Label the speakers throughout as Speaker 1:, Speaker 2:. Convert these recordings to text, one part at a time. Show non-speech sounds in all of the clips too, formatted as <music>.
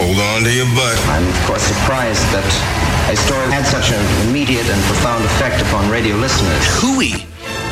Speaker 1: Hold on to your butt.
Speaker 2: I'm, of course, surprised that a story had such an immediate and profound effect upon radio listeners.
Speaker 3: Hooey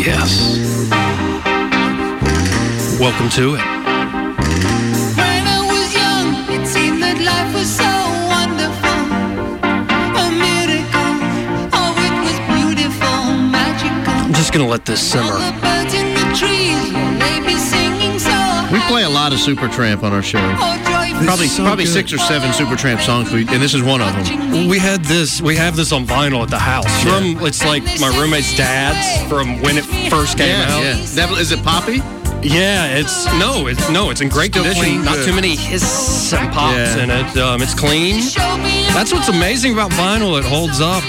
Speaker 4: yes. Welcome to it.
Speaker 5: When I was young, it seemed that life was so wonderful. A miracle. Oh, it was beautiful, magical.
Speaker 4: I'm just going to let this simmer.
Speaker 6: We play a lot of Supertramp on our show.
Speaker 5: Oh,
Speaker 6: Probably, so probably good. six or seven Supertramp songs, we, and this is one of them.
Speaker 4: We had this. We have this on vinyl at the house. Yeah. From it's like my roommate's dad's from when it first came
Speaker 6: yeah,
Speaker 4: out.
Speaker 6: Yeah, that, is it Poppy?
Speaker 4: Yeah, it's no, it's no, it's in great Still condition. Clean, Not good. too many hiss and pops yeah. in it. Um, it's clean. That's what's amazing about vinyl. It holds up.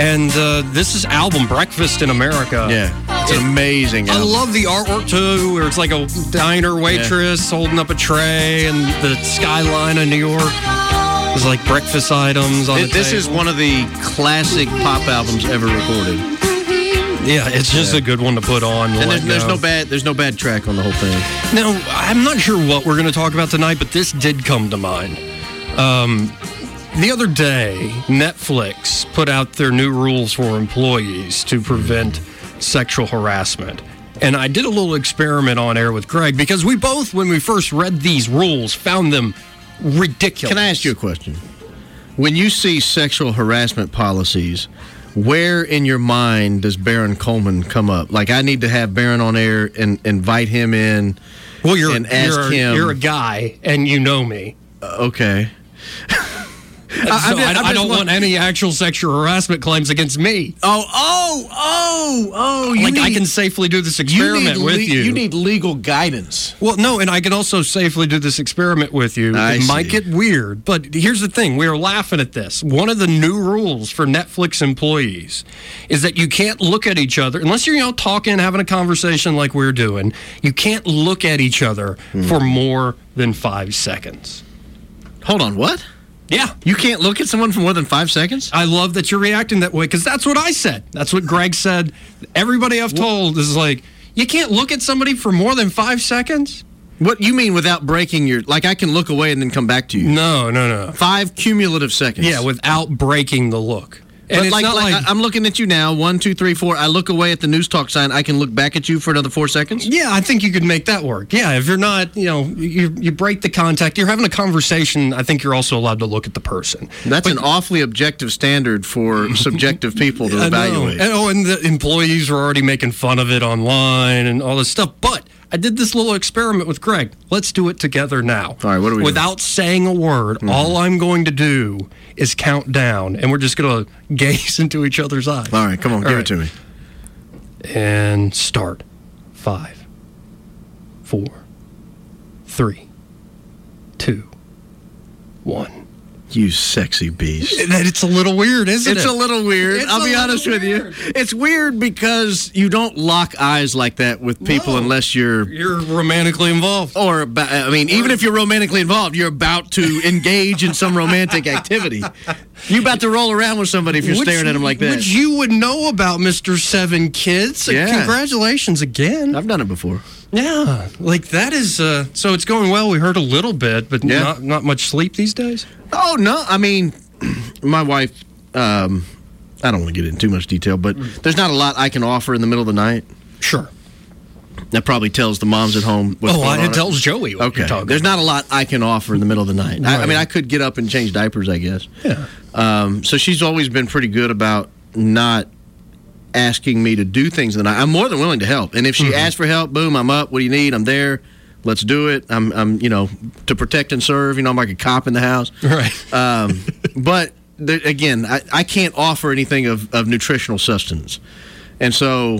Speaker 4: And uh, this is album Breakfast in America.
Speaker 6: Yeah, it's it, amazing. Album.
Speaker 4: I love the artwork too, where it's like a diner waitress yeah. holding up a tray and the skyline of New York. It's like breakfast items on it,
Speaker 6: This is one of the classic pop albums ever recorded.
Speaker 4: Yeah, it's just yeah. a good one to put on.
Speaker 6: And there's, there's
Speaker 4: uh,
Speaker 6: no bad there's no bad track on the whole thing.
Speaker 4: No, I'm not sure what we're going to talk about tonight, but this did come to mind. Um, the other day, Netflix put out their new rules for employees to prevent sexual harassment. And I did a little experiment on air with Greg because we both, when we first read these rules, found them ridiculous.
Speaker 6: Can I ask you a question? When you see sexual harassment policies, where in your mind does Baron Coleman come up? Like, I need to have Baron on air and invite him in.
Speaker 4: Well, you're, and ask you're, him. You're a guy, and you know me.
Speaker 6: Uh, okay. <laughs>
Speaker 4: So I, been, I, I, don't want any actual sexual harassment claims against me.
Speaker 6: Oh, oh, oh, oh!
Speaker 4: like need, I can safely do this experiment
Speaker 6: you
Speaker 4: with
Speaker 6: le-
Speaker 4: you.
Speaker 6: You need legal guidance.
Speaker 4: Well, no, and I can also safely do this experiment with you. I it see. might get weird, but here's the thing: we are laughing at this. One of the new rules for Netflix employees is that you can't look at each other unless you're you know talking, having a conversation like we're doing. You can't look at each other mm. for more than five seconds.
Speaker 6: Hold on, what?
Speaker 4: Yeah.
Speaker 6: You can't look at someone for more than five seconds?
Speaker 4: I love that you're reacting that way because that's what I said. That's what Greg said. Everybody I've told is like, you can't look at somebody for more than five seconds?
Speaker 6: What you mean without breaking your like I can look away and then come back to you?
Speaker 4: No, no, no.
Speaker 6: Five cumulative seconds.
Speaker 4: Yeah, without breaking the look.
Speaker 6: And but like, like, like, I'm looking at you now. One, two, three, four. I look away at the news talk sign. I can look back at you for another four seconds.
Speaker 4: Yeah, I think you could make that work. Yeah, if you're not, you know, you you break the contact. You're having a conversation. I think you're also allowed to look at the person.
Speaker 6: That's but, an awfully objective standard for subjective people <laughs> to evaluate.
Speaker 4: And, oh, and the employees were already making fun of it online and all this stuff. But I did this little experiment with Greg. Let's do it together now.
Speaker 6: All right, what are we
Speaker 4: Without
Speaker 6: doing?
Speaker 4: saying a word, mm-hmm. all I'm going to do is count down, and we're just going to <laughs> gaze into each other's eyes.
Speaker 6: All right, come on, all give right. it to me.
Speaker 4: And start. Five, four, three, two, one.
Speaker 6: You sexy beast.
Speaker 4: It's a little weird, isn't
Speaker 6: it's
Speaker 4: it?
Speaker 6: It's a little weird. It's I'll be honest weird. with you. It's weird because you don't lock eyes like that with people no. unless you're
Speaker 4: you're romantically involved.
Speaker 6: Or I mean, or even if you're romantically involved, you're about to engage in some romantic activity. You about to roll around with somebody if you're which, staring at them like that.
Speaker 4: Which you would know about, Mister Seven Kids. Yeah. Congratulations again.
Speaker 6: I've done it before.
Speaker 4: Yeah, like that is. Uh, so it's going well. We heard a little bit, but yeah. not not much sleep these days.
Speaker 6: Oh no, I mean, <clears throat> my wife. Um, I don't want to get into too much detail, but there's not a lot I can offer in the middle of the night.
Speaker 4: Sure.
Speaker 6: That probably tells the moms at home.
Speaker 4: oh, I, it tells Joey. okay.
Speaker 6: There's not a lot I can offer in the middle of the night. Right. I, I, mean, I could get up and change diapers, I guess. <laughs>
Speaker 4: Yeah.
Speaker 6: Um, so she's always been pretty good about not asking me to do things that I, am more than willing to help. And if she mm-hmm. asks for help, boom, I'm up. What do you need? I'm there. Let's do it. I'm, I'm, you know, to protect and serve. You know, I'm like a cop in the house.
Speaker 4: Right.
Speaker 6: Um, but there, again, I, I can't offer anything of, of nutritional sustenance. And so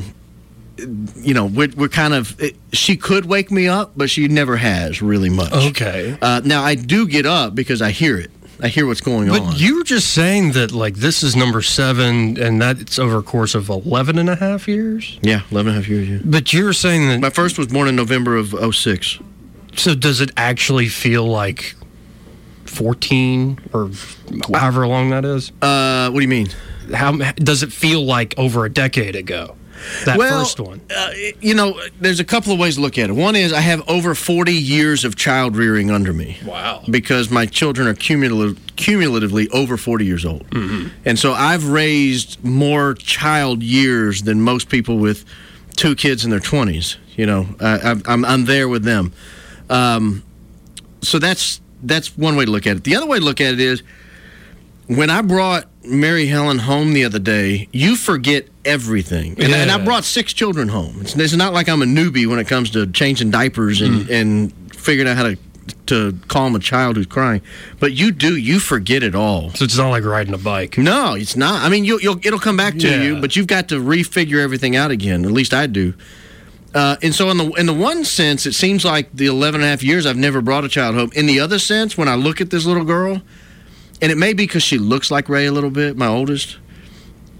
Speaker 6: you know, we're, we're kind of. It, she could wake me up, but she never has really much.
Speaker 4: Okay.
Speaker 6: Uh, now I do get up because I hear it. I hear what's going on.
Speaker 4: But you were just saying that like this is number seven, and that's over a course of 11 and a half years.
Speaker 6: yeah, 11 and a half years. Yeah.
Speaker 4: But you were saying
Speaker 6: My
Speaker 4: that.
Speaker 6: first was born in November of 06.
Speaker 4: So does it actually feel like 14 or however long that is?
Speaker 6: Uh, what do you mean?
Speaker 4: How does it feel like over a decade ago? That first one.
Speaker 6: Uh, you know, there's a couple of ways to look at it. One is I have over 40 years of child rearing under me.
Speaker 4: Wow.
Speaker 6: Because my children are cumulative, cumulatively over 40 years old. And so I've raised more child years than most people with two kids in their 20s. You know, I, I'm- I'm, I'm there with them. Um, so that's that's one way to look at it. The other way to look at it is when I brought Mary Helen home the other day, you forget everything. And, and I
Speaker 4: Yeah.
Speaker 6: brought six children home. It's, it's not like I'm a newbie when it comes to changing diapers and, and figuring out how to to calm a child who's crying. But you do, you forget it all.
Speaker 4: So it's not like riding a bike.
Speaker 6: No, it's not. I mean, you'll, you'll it'll come back to
Speaker 4: Yeah.
Speaker 6: you, but you've got to refigure everything out again. At least I do. Uh, and so, in the in the one sense, it seems like the 11 and a half years I've never brought a child home. In the other sense, when I look at this little girl, and it may be because she looks like Ray a little bit, my oldest,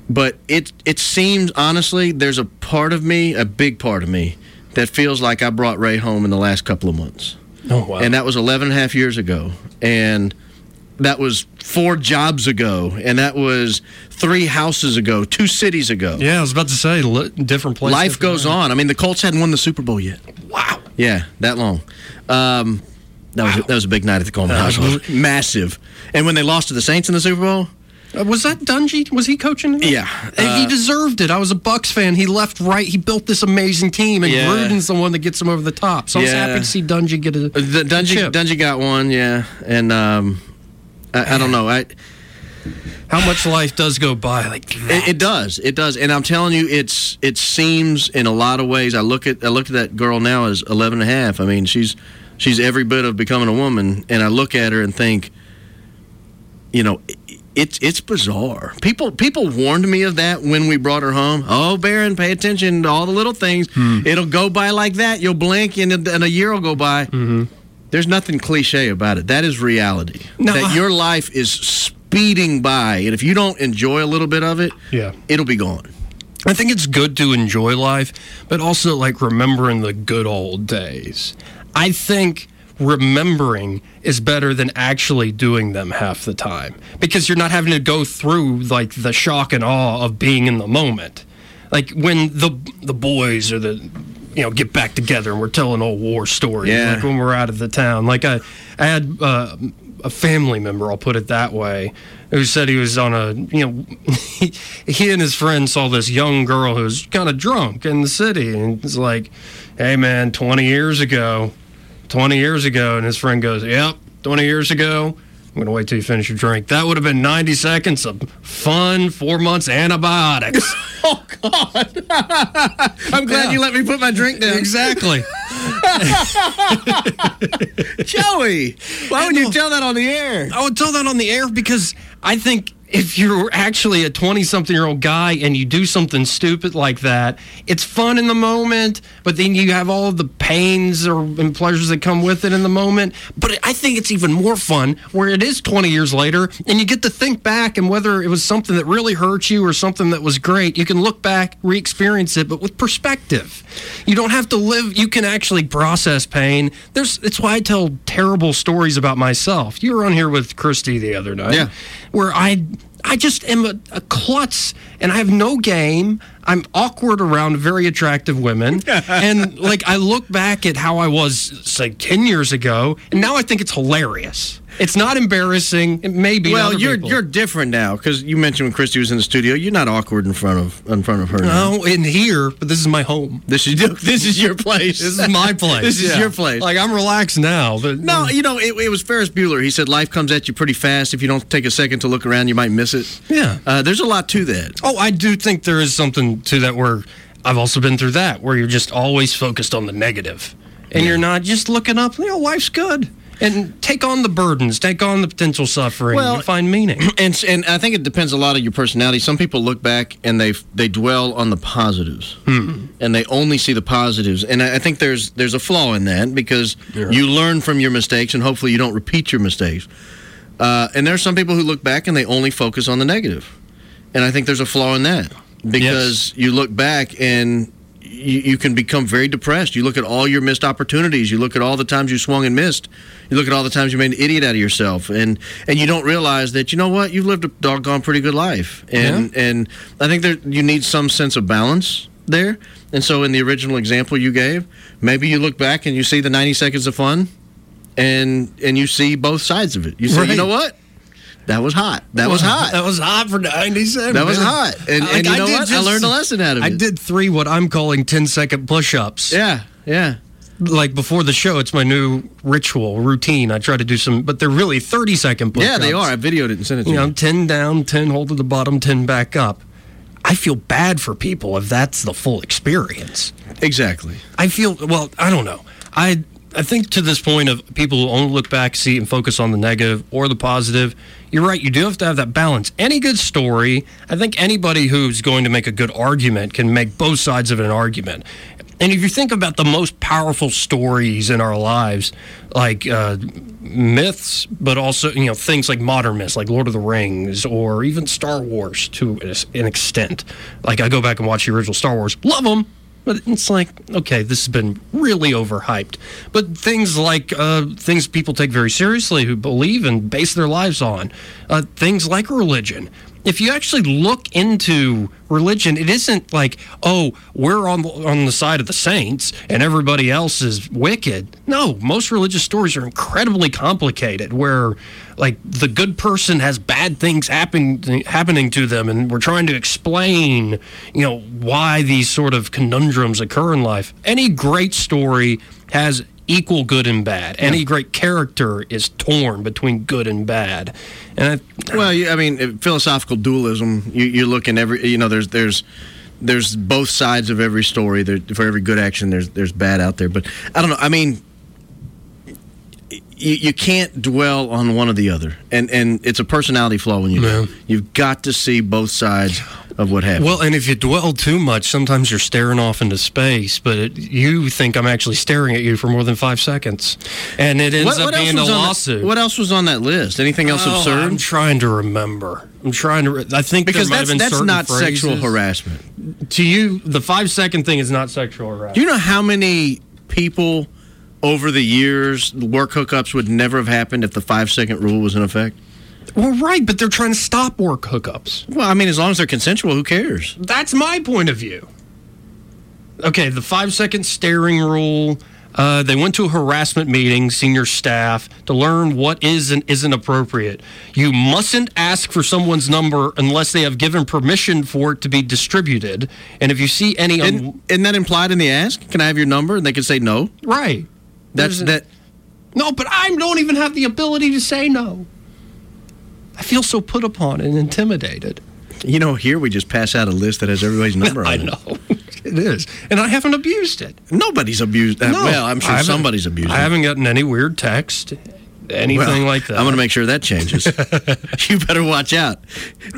Speaker 6: but it it seems honestly there's a part of me, a big part of me, that feels like I brought Ray home in the last couple of months
Speaker 4: Oh wow.
Speaker 6: and that was 11 and a half years ago and that was four jobs ago and that was three houses ago two cities ago
Speaker 4: yeah, I was about to say li- different places.
Speaker 6: life goes on i mean the colts hadn't won the super bowl yet
Speaker 4: Wow.
Speaker 6: yeah that long um, that, was, that was a big night at the Coleman
Speaker 4: That was
Speaker 6: household <laughs> massive and when they lost to the saints in the super bowl
Speaker 4: Uh, Was that Dungy? Was he coaching? It?
Speaker 6: Yeah,
Speaker 4: And he
Speaker 6: uh,
Speaker 4: deserved it. I was a Bucks fan. He left right. He built this amazing team, and
Speaker 6: Yeah.
Speaker 4: Gruden's the one that gets him over the top. So I was
Speaker 6: Yeah. Uh,
Speaker 4: happy to see Dungy get a
Speaker 6: D- Dungy,
Speaker 4: chip.
Speaker 6: Dungy got one yeah and um, I, I don't know I
Speaker 4: How much life does go by like
Speaker 6: It,
Speaker 4: that?
Speaker 6: it does. It does. And I'm telling you, it's it seems in a lot of ways. I look at I look at that girl now as 11 and a half. I mean, she's she's every bit of becoming a woman. And I look at her and think, you know, i- it's it's bizarre. People people warned me of that when we brought her home. Oh, Baron, pay attention to all the little things. It'll go by like that. You'll blink and, a- and a year will go by. There's nothing cliche about it. That is reality.
Speaker 4: No,
Speaker 6: that
Speaker 4: I-
Speaker 6: your life is speeding by, and if you don't enjoy a little bit of it,
Speaker 4: Yeah.
Speaker 6: it'll be gone.
Speaker 4: I think it's good to enjoy life, but also like remembering the good old days. I think remembering is better than actually doing them half the time because you're not having to go through like the shock and awe of being in the moment. Like when the the boys or the you know get back together and we're telling old war stories
Speaker 6: Yeah.
Speaker 4: like when we're out of the town. Like I, I had uh, a family member, I'll put it that way, who said he was on a, you know, <laughs> he, he and his friend saw this young girl who was kind of drunk in the city. And it's like, hey, man, 20 years ago, 20 years ago. And his friend goes, yep, 20 years ago. I'm going to wait till you finish your drink. That would have been 90 seconds of fun, four months antibiotics.
Speaker 6: <laughs> Oh, I'm glad
Speaker 4: Yeah.
Speaker 6: you let me put my drink down,
Speaker 4: exactly.
Speaker 6: <laughs> Joey. Why would you tell that on the air?
Speaker 4: I would tell that on the air because I think if you're actually a 20 something year old guy and you do something stupid like that, it's fun in the moment, but then you have all the pains or, and pleasures that come with it in the moment. But I think it's even more fun where it is 20 years later and you get to think back and whether it was something that really hurt you or something that was great, you can look back, re experience it, but with perspective. You don't have to live, you can actually process pain. There's, it's why I tell terrible stories about myself. You were on here with Christy the other night
Speaker 6: Yeah.
Speaker 4: where I I just am a, a klutz and I have no game. I'm awkward around very attractive
Speaker 6: <laughs>
Speaker 4: women. and like I look back at how I was say 10 years ago and now I think it's hilarious. It's not embarrassing. It may be to
Speaker 6: Well,
Speaker 4: other
Speaker 6: you're
Speaker 4: people.
Speaker 6: you're different now because you mentioned when Christy was in the studio, you're not awkward in front of in front of her. now.
Speaker 4: no in here, but this is my home.
Speaker 6: This is <laughs> this is your place.
Speaker 4: This
Speaker 6: <laughs>
Speaker 4: is my place.
Speaker 6: This is your place.
Speaker 4: Like I'm relaxed now, but
Speaker 6: No, you know, it, it was Ferris Bueller. He said, Life comes at you pretty fast. If you don't take a second to look around, you might miss it.
Speaker 4: Yeah.
Speaker 6: Uh, there's a lot to that.
Speaker 4: Oh, I do think there is something to that where I've also been through that, where you're just always focused on the negative and you're not just looking up, you know, life's good. and take on the burdens, take on the potential suffering,
Speaker 6: Well,
Speaker 4: and find meaning.
Speaker 6: And s- and I think it depends a lot on your personality. Some people look back and they f- they dwell on the positives, and they only see the positives. And I, I think there's there's a flaw in that because you learn from your mistakes, and hopefully you don't repeat your mistakes. Uh, and there are some people who look back and they only focus on the negative, and I think there's a flaw in that because you look back and. You, you can become very depressed. You look at all your missed opportunities. You look at all the times you swung and missed. You look at all the times you made an idiot out of yourself, and and you don't realize that you know what you've lived a doggone pretty good life. And and I think there you need some sense of balance there. And so in the original example you gave, maybe you look back and you see the ninety seconds of fun, and and you see both sides of it. You say, you
Speaker 4: Right.
Speaker 6: know what, that was hot. <clears throat> That was hot.
Speaker 4: That was hot for 97.
Speaker 6: That was
Speaker 4: man.
Speaker 6: hot. And- and you know
Speaker 4: did
Speaker 6: what? I learned a lesson out of
Speaker 4: I
Speaker 6: it.
Speaker 4: did three what I'm calling 10 second push ups.
Speaker 6: yeah, yeah.
Speaker 4: Like before the show, it's my new ritual, routine. I try to do some, but they're really 30 second push ups.
Speaker 6: Yeah, they are. I videoed it and sent it to
Speaker 4: You
Speaker 6: you.
Speaker 4: know, 10 down, 10 hold to the bottom, 10 back up. I feel bad for people if that's the full experience.
Speaker 6: Exactly.
Speaker 4: I feel well. I don't know. I I think to this point of people who only look back, see, and focus on the negative or the positive. You're right. You do have to have that balance. Any good story, I think anybody who's going to make a good argument can make both sides of an argument. And if you think about the most powerful stories in our lives, like uh, myths, but also you know things like modern myths, like Lord of the Rings, or even Star Wars to an extent. Like I go back and watch the original Star Wars, love them, but it's like, okay, this has been really overhyped. But things like uh, things people take very seriously, who believe and base their lives on, uh, things like religion. If you actually look into religion, it isn't like, oh, we're on on the side of the saints and everybody else is wicked. No, most religious stories are incredibly complicated, where like the good person has bad things happen happening to them, and we're trying to explain, you know, why these sort of conundrums occur in life. Any great story has equal good and bad. Any great character is torn between good and bad, and I,
Speaker 6: Well, you, I mean, uh, philosophical dualism. You, you look in every, you know, there's there's there's both sides of every story. There, for every good action, there's there's bad out there. But I don't know. I mean, you, you can't dwell on one or the other, and and it's a personality flaw when you do. You've got to see both sides of what happened.
Speaker 4: Well, and if you dwell too much, sometimes you're staring off into space, but it, you think I'm actually staring at you for more than five seconds. And it ends up being a
Speaker 6: was on that-
Speaker 4: lawsuit.
Speaker 6: what else was on that list? Anything else
Speaker 4: Oh,
Speaker 6: absurd?
Speaker 4: I'm trying to remember. I'm trying to. Re- I think
Speaker 6: because
Speaker 4: there might
Speaker 6: that's
Speaker 4: have been
Speaker 6: that's
Speaker 4: certain
Speaker 6: not sexual
Speaker 4: phrases.
Speaker 6: harassment.
Speaker 4: To you, the five second thing is not sexual harassment.
Speaker 6: Do you know how many people over the years work hookups would never have happened if the five second rule was in effect?
Speaker 4: well, right, but they're trying to stop work hookups.
Speaker 6: Well, I mean, as long as they're consensual, who cares?
Speaker 4: That's my point of view. Okay, the five second staring rule. Uh, they went to a harassment meeting, senior staff, to learn what is and isn't appropriate. You mustn't ask for someone's number unless they have given permission for it to be distributed. And if you see any, un-
Speaker 6: Isn't, isn't that implied in the ask? Can I have your number? And they could say no.
Speaker 4: right?
Speaker 6: That's
Speaker 4: There's-
Speaker 6: that.
Speaker 4: No, but I don't even have the ability to say no. I feel so put upon and intimidated. <laughs>
Speaker 6: You know, here we just pass out a list that has everybody's number on
Speaker 4: I
Speaker 6: it.
Speaker 4: know <laughs> it is, and I haven't abused it.
Speaker 6: Nobody's abused. that.
Speaker 4: No,
Speaker 6: Uh, well, I'm
Speaker 4: I
Speaker 6: sure
Speaker 4: haven't-
Speaker 6: somebody's abused.
Speaker 4: I
Speaker 6: it.
Speaker 4: haven't gotten any weird text, anything
Speaker 6: Well,
Speaker 4: like that.
Speaker 6: I'm going to make sure that
Speaker 4: <laughs>
Speaker 6: changes. you better watch out.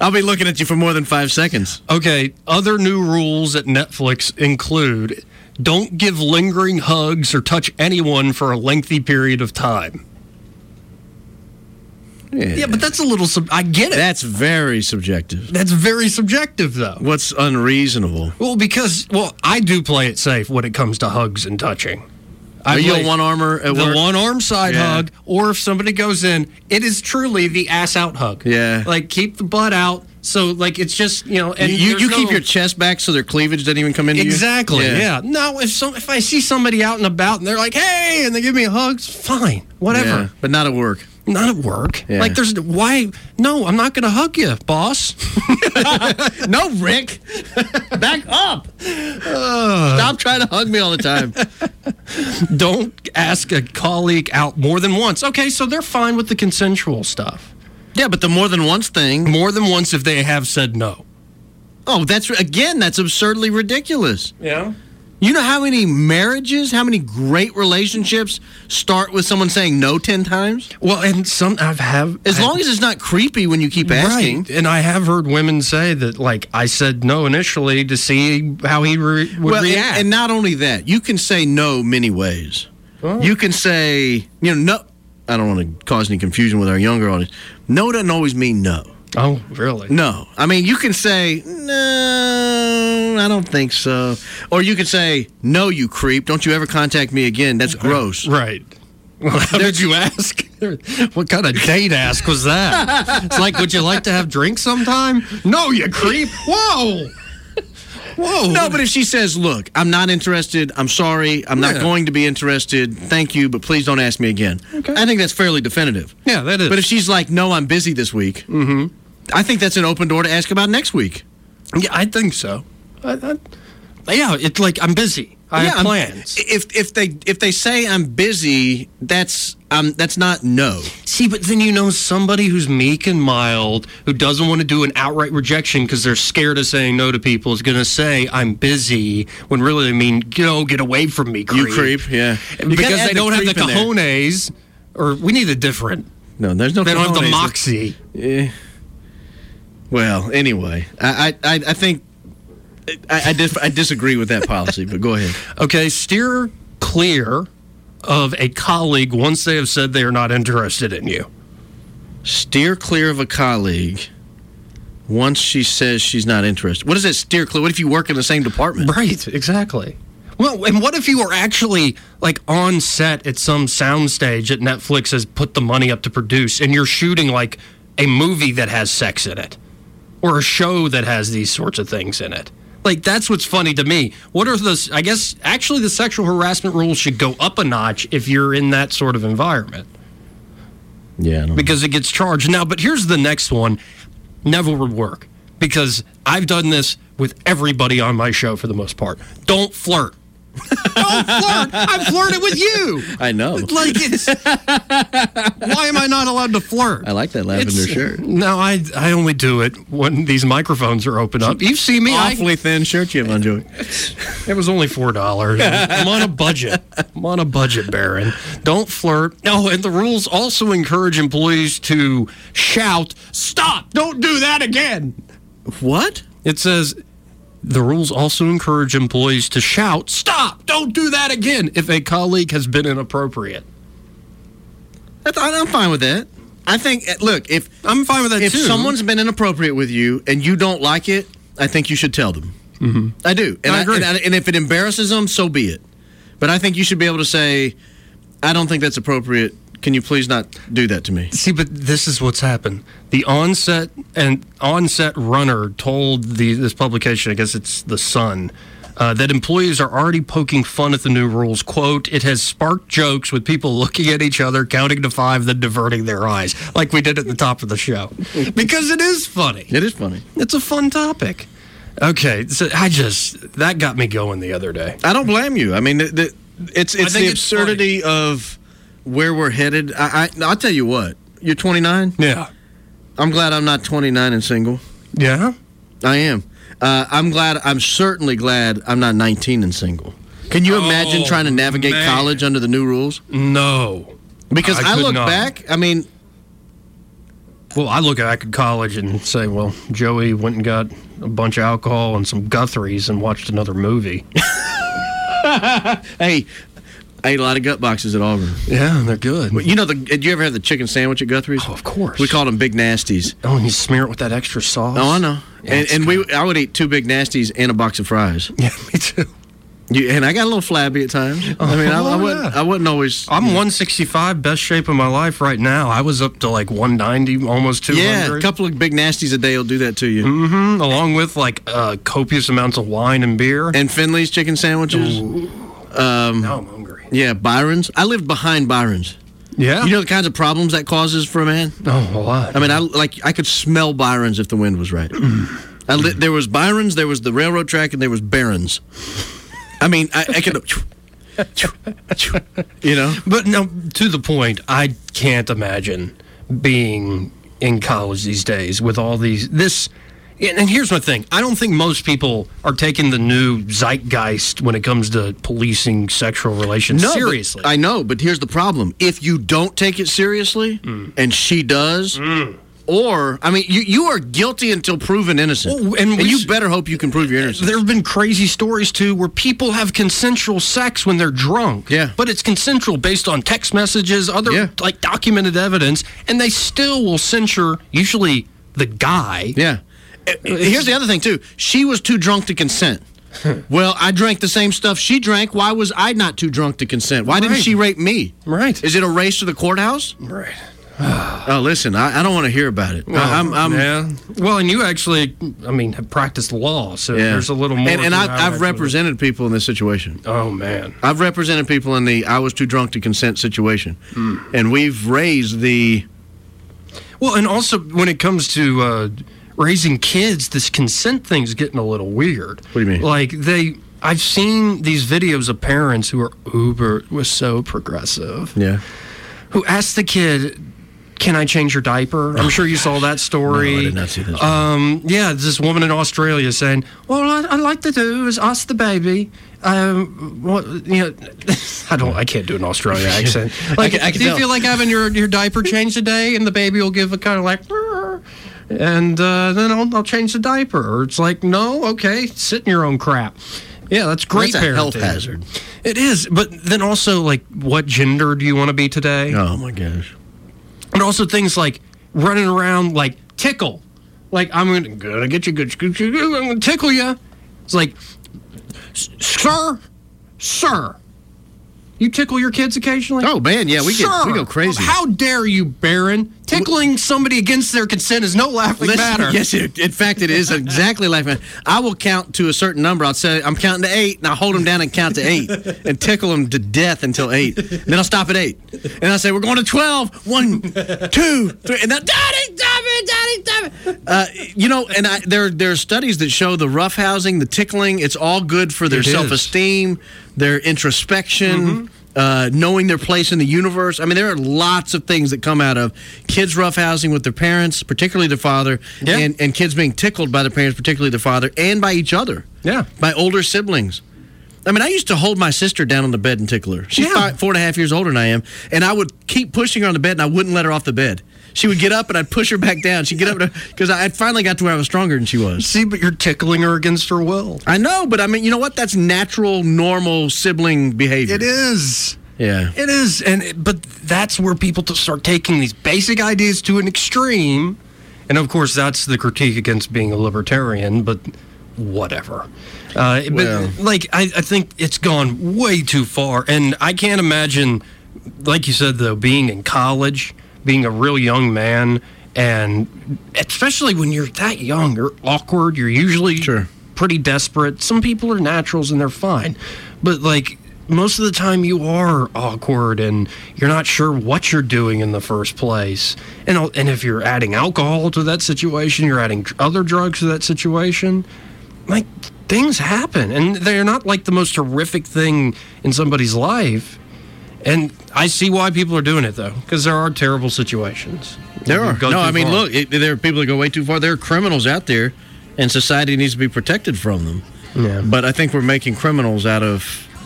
Speaker 6: I'll be looking at you for more than five seconds.
Speaker 4: Okay, other new rules at Netflix include don't give lingering hugs or touch anyone for a lengthy period of time. Yeah, but that's a little. Sub- I get it.
Speaker 6: That's very subjective.
Speaker 4: That's very subjective, though.
Speaker 6: What's unreasonable?
Speaker 4: Well, because well, I do play it safe when it comes to hugs and touching. I
Speaker 6: Are you
Speaker 4: play
Speaker 6: a one armor
Speaker 4: the
Speaker 6: at work?
Speaker 4: one arm side
Speaker 6: Yeah.
Speaker 4: hug, or if somebody goes in, it is truly the ass out hug.
Speaker 6: Yeah.
Speaker 4: like keep the butt out. So like it's just you know, and
Speaker 6: you
Speaker 4: there's
Speaker 6: you
Speaker 4: no-
Speaker 6: keep your chest back so their cleavage doesn't even come into
Speaker 4: exactly.
Speaker 6: you.
Speaker 4: Yeah. No, if some if I see somebody out and about and they're like, hey, and they give me a hug, it's fine, whatever.
Speaker 6: Yeah, but not at work.
Speaker 4: Not at work.
Speaker 6: Yeah.
Speaker 4: Like there's why? No, I'm not gonna hug you, boss. <laughs>
Speaker 6: No, Rick, back up. Stop trying to hug me all the
Speaker 4: <laughs>
Speaker 6: time.
Speaker 4: don't ask a colleague out more than once. Okay, so they're fine with the consensual stuff.
Speaker 6: yeah, but the more than once thing.
Speaker 4: More than once if they have said no.
Speaker 6: Oh, that's again, that's absurdly ridiculous.
Speaker 4: Yeah.
Speaker 6: You know how many marriages, how many great relationships start with someone saying no 10 times?
Speaker 4: Well, and some I've have
Speaker 6: As
Speaker 4: I-
Speaker 6: long as it's not creepy when you keep asking.
Speaker 4: Right. And I have heard women say that, like, I said no initially to see how he re- would
Speaker 6: Well, and-
Speaker 4: react.
Speaker 6: and not only that, you can say no many ways. You can say, you know, no. I don't want to cause any confusion with our younger audience. No doesn't always mean no.
Speaker 4: oh, really?
Speaker 6: No. I mean, you can say, no, I don't think so. Or you could say, no, you creep. Don't you ever contact me again. That's gross.
Speaker 4: Right. Well, how did you ask? <laughs> what kind of date ask was that? it's like, would you like to have drinks sometime? No, you creep. Whoa. Whoa.
Speaker 6: No, but if she says, look, I'm not interested. I'm sorry. I'm
Speaker 4: Yeah.
Speaker 6: not going to be interested. Thank you, but please don't ask me again. I think that's fairly definitive.
Speaker 4: yeah, that is.
Speaker 6: But if she's like, no, I'm busy this week, I think that's an open door to ask about next week.
Speaker 4: yeah, I think so. I, I, yeah, it's like I'm busy. I have
Speaker 6: I'm-
Speaker 4: plans.
Speaker 6: If if they if they say I'm busy, that's um that's not no.
Speaker 4: See, but then you know somebody who's meek and mild, who doesn't want to do an outright rejection because they're scared of saying no to people, is going to say, I'm busy, when really they mean, go, get away from me, creep.
Speaker 6: yeah.
Speaker 4: Because they don't have the cojones, or we need a different.
Speaker 6: No, there's no.
Speaker 4: They don't have the
Speaker 6: cojones.
Speaker 4: moxie.
Speaker 6: Well, anyway, I I I, I think. I, I, dis- I disagree with that policy, but go ahead.
Speaker 4: Okay, steer clear of a colleague once they have said they are not interested in you.
Speaker 6: Steer clear of a colleague once she says she's not interested. What does that steer clear? What if you work in the same department?
Speaker 4: Right, exactly. Well, and what if you were actually like on set at some soundstage that Netflix has put the money up to produce, and you're shooting like a movie that has sex in it, or a show that has these sorts of things in it? Like that's what's funny to me. What are those? I guess actually the sexual harassment rules should go up a notch if you're in that sort of environment
Speaker 6: Yeah. I don't know.
Speaker 4: because it gets charged. Now, but here's the next one Neville would work because I've done this with everybody on my show for the most part. Don't flirt. <laughs> Don't flirt. I'm flirting with you.
Speaker 6: I know.
Speaker 4: Like it's why am I not allowed to flirt?
Speaker 6: I like that lavender
Speaker 4: It's-
Speaker 6: shirt.
Speaker 4: No, I I only do it when these microphones are open up. You've seen me. I-
Speaker 6: <laughs> Awfully thin shirt you have on, Joey.
Speaker 4: it was only four <laughs> dollars. I'm on a budget. I'm on a budget, Baron. Don't flirt. No, and the rules also encourage employees to shout, "Stop! Don't do that again."
Speaker 6: What?
Speaker 4: It says the rules also encourage employees to shout, "Stop! Don't do that again!" if a colleague has been inappropriate.
Speaker 6: That's, I- I'm fine with that. I think. eh, Look, if
Speaker 4: I'm fine with that
Speaker 6: if
Speaker 4: too.
Speaker 6: someone's been inappropriate with you and you don't like it, I think you should tell them. Mm-hmm. I do, and
Speaker 4: I agree.
Speaker 6: and, and if it embarrasses them, so be it. But I think you should be able to say, "I don't think that's appropriate. Can you please not do that to me?"
Speaker 4: See, but this is what's happened. The onset and onset runner told the this publication, I guess it's the Sun, uh, that employees are already poking fun at the new rules. "Quote: It has sparked jokes with people looking at each other, counting to five, then diverting their eyes, like we did at the top of the show, because it is funny.
Speaker 6: It is funny.
Speaker 4: It's a fun topic." Okay, so I just that got me going the other day.
Speaker 6: I don't blame you. I mean, the, the,
Speaker 4: think
Speaker 6: it's it's the
Speaker 4: it's funny.
Speaker 6: absurdity of where we're headed. I, I I'll tell you what. You're 29.
Speaker 4: Yeah,
Speaker 6: I'm glad I'm not 29 and single.
Speaker 4: yeah.
Speaker 6: I am. Uh, I'm glad. I'm certainly glad I'm not 19 and single. Can you imagine
Speaker 4: Oh,
Speaker 6: trying to navigate
Speaker 4: man.
Speaker 6: college under the new rules?
Speaker 4: No,
Speaker 6: Because I,
Speaker 4: could
Speaker 6: look
Speaker 4: not.
Speaker 6: back. I mean,
Speaker 4: Well, I look back at college and say, well, Joey went and got a bunch of alcohol and some Guthries and watched another movie.
Speaker 6: hey, I ate a lot of gut boxes at Auburn.
Speaker 4: <laughs> yeah, they're good.
Speaker 6: You know, the, did you ever have the chicken sandwich at Guthrie's?
Speaker 4: Oh, of course.
Speaker 6: We called them big nasties.
Speaker 4: oh, and you smear it with that extra sauce.
Speaker 6: Oh, I know.
Speaker 4: Yeah,
Speaker 6: and
Speaker 4: it's
Speaker 6: and we, I would eat two big nasties and a box of fries.
Speaker 4: <laughs> Yeah, me too.
Speaker 6: You, and I got a little flabby at times. I mean, I, I
Speaker 4: Oh,
Speaker 6: wasn't.
Speaker 4: yeah.
Speaker 6: I wasn't always.
Speaker 4: I'm 165, best shape of my life right now. I was up to like 190, almost 200.
Speaker 6: yeah, a couple of big nasties a day will do that to you.
Speaker 4: Mm-hmm. along with like uh, copious amounts of wine and beer.
Speaker 6: And Finley's chicken sandwiches.
Speaker 4: now I'm hungry.
Speaker 6: Yeah, Byron's. I lived behind Byron's.
Speaker 4: Yeah.
Speaker 6: You know the kinds of problems that causes for a man.
Speaker 4: oh, a lot.
Speaker 6: I mean, I like I could smell Byron's if the wind was
Speaker 4: <clears throat>
Speaker 6: right. I li- there was Byron's, there was the railroad track, and there was Barron's. I mean, I, I could, <laughs> you know.
Speaker 4: But no, to the point, I can't imagine being in college these days with all these this And and here's my thing. I don't think most people are taking the new zeitgeist when it comes to policing sexual relations
Speaker 6: No, but-
Speaker 4: seriously.
Speaker 6: I know, but here's the problem. If you don't take it seriously,
Speaker 4: Mm.
Speaker 6: and she does, or, I mean, you, you are guilty until proven innocent.
Speaker 4: Oh, and we
Speaker 6: you
Speaker 4: s-
Speaker 6: better hope you can prove your innocence.
Speaker 4: there have been crazy stories too where people have consensual sex when they're drunk.
Speaker 6: Yeah.
Speaker 4: But it's consensual based on text messages, other
Speaker 6: Yeah.
Speaker 4: like documented evidence, and they still will censure usually the guy.
Speaker 6: Yeah. Uh, Here's the other thing, too. She was too drunk to
Speaker 4: <laughs>
Speaker 6: consent. well, I drank the same stuff she drank. Why was I not too drunk to consent? Why didn't
Speaker 4: Right.
Speaker 6: she rape me?
Speaker 4: Right.
Speaker 6: Is it a race to the courthouse?
Speaker 4: Right.
Speaker 6: Oh, listen, I, I don't want to hear about it. I, am I'm,
Speaker 4: yeah. Well, and you actually, I mean, have practiced law, so
Speaker 6: yeah.
Speaker 4: there's a little more.
Speaker 6: And, and
Speaker 4: to
Speaker 6: I've,
Speaker 4: how that
Speaker 6: I've
Speaker 4: would-
Speaker 6: represented people in this situation.
Speaker 4: Oh man.
Speaker 6: I've represented people in the I was too drunk to consent situation.
Speaker 4: Hmm.
Speaker 6: And we've raised the.
Speaker 4: Well, and also when it comes to uh, raising kids, this consent thing's getting a little weird. What
Speaker 6: do you mean?
Speaker 4: Like they, I've seen these videos of parents who are uber was so progressive,
Speaker 6: Yeah.
Speaker 4: who ask the kid, "Can I change your diaper?" I'm sure you saw that story.
Speaker 6: Oh, No, I did not see this.
Speaker 4: Um, yeah, this woman in Australia saying, "Well, I, I like to do is ask the baby." Um, what you know? <laughs> I don't. I can't do an
Speaker 6: <laughs>
Speaker 4: Australian accent. Like,
Speaker 6: can- I can
Speaker 4: do you
Speaker 6: tell.
Speaker 4: feel like having your, your diaper changed today, and the baby will give a kind of like, "Rrr," and uh, then I'll, I'll change the diaper. Or it's like, no, okay, sit in your own crap. Yeah, that's great.
Speaker 6: That's a health
Speaker 4: parenting.
Speaker 6: hazard.
Speaker 4: It is, but then also like, what gender do you want to be today?
Speaker 6: oh, my gosh.
Speaker 4: But also things like running around like tickle. Like I'm gonna, gonna get you good, scoot you, I'm gonna tickle you. It's like, "S- sir, sir, you tickle your kids occasionally.
Speaker 6: Oh, man, yeah, we get-
Speaker 4: Sir!
Speaker 6: we go crazy.
Speaker 4: How dare you, Baron? Tickling somebody against their consent is no laughing
Speaker 6: Listen,
Speaker 4: matter.
Speaker 6: Yes, it, in fact, it is exactly like that. I will count to a certain number. I'll say I'm counting to eight, and I'll hold them down and count to eight, and tickle them to death until eight. Then I'll stop at eight, and I'll say we're going to twelve. One, two, three, and then daddy, stop it, daddy, stop it. Uh, you know, and I, there there are studies that show the roughhousing, the tickling, it's all good for their
Speaker 4: It is.
Speaker 6: self esteem, their introspection.
Speaker 4: Mm-hmm.
Speaker 6: Uh, knowing their place in the universe. I mean, there are lots of things that come out of kids roughhousing with their parents, particularly their father,
Speaker 4: Yeah.
Speaker 6: and, and kids being tickled by their parents, particularly their father, and by each other.
Speaker 4: Yeah.
Speaker 6: By older siblings. I mean, I used to hold my sister down on the bed and tickle her. She's
Speaker 4: Yeah.
Speaker 6: five, four and a half years older than I am, and I would keep pushing her on the bed, and I wouldn't let her off the bed. She would get up, and I'd push her back down. She'd get up because I I'd finally got to where I was stronger than she was.
Speaker 4: See, but you're tickling her against her will.
Speaker 6: I know, but I mean, you know what? That's natural, normal sibling behavior.
Speaker 4: It is.
Speaker 6: Yeah.
Speaker 4: It is, and it- but that's where people t- start taking these basic ideas to an extreme, and of course that's the critique against being a libertarian. But whatever. Uh,
Speaker 6: Well-
Speaker 4: But like I, I think it's gone way too far, and I can't imagine, like you said though, being in college, being a real young man, and especially when you're that young, you're awkward. You're usually
Speaker 6: Sure.
Speaker 4: pretty desperate. Some people are naturals and they're fine. But like most of the time you are awkward and you're not sure what you're doing in the first place. And al- and if you're adding alcohol to that situation, you're adding dr- other drugs to that situation, like things happen and they're not like the most horrific thing in somebody's life. And I see why people are doing it though, because there are terrible situations.
Speaker 6: There
Speaker 4: You
Speaker 6: are.
Speaker 4: go
Speaker 6: No,
Speaker 4: too
Speaker 6: I mean,
Speaker 4: far.
Speaker 6: look, it, there are people that go way too far. There are criminals out there, and society needs to be protected from them.
Speaker 4: Yeah.
Speaker 6: But I think we're making criminals out of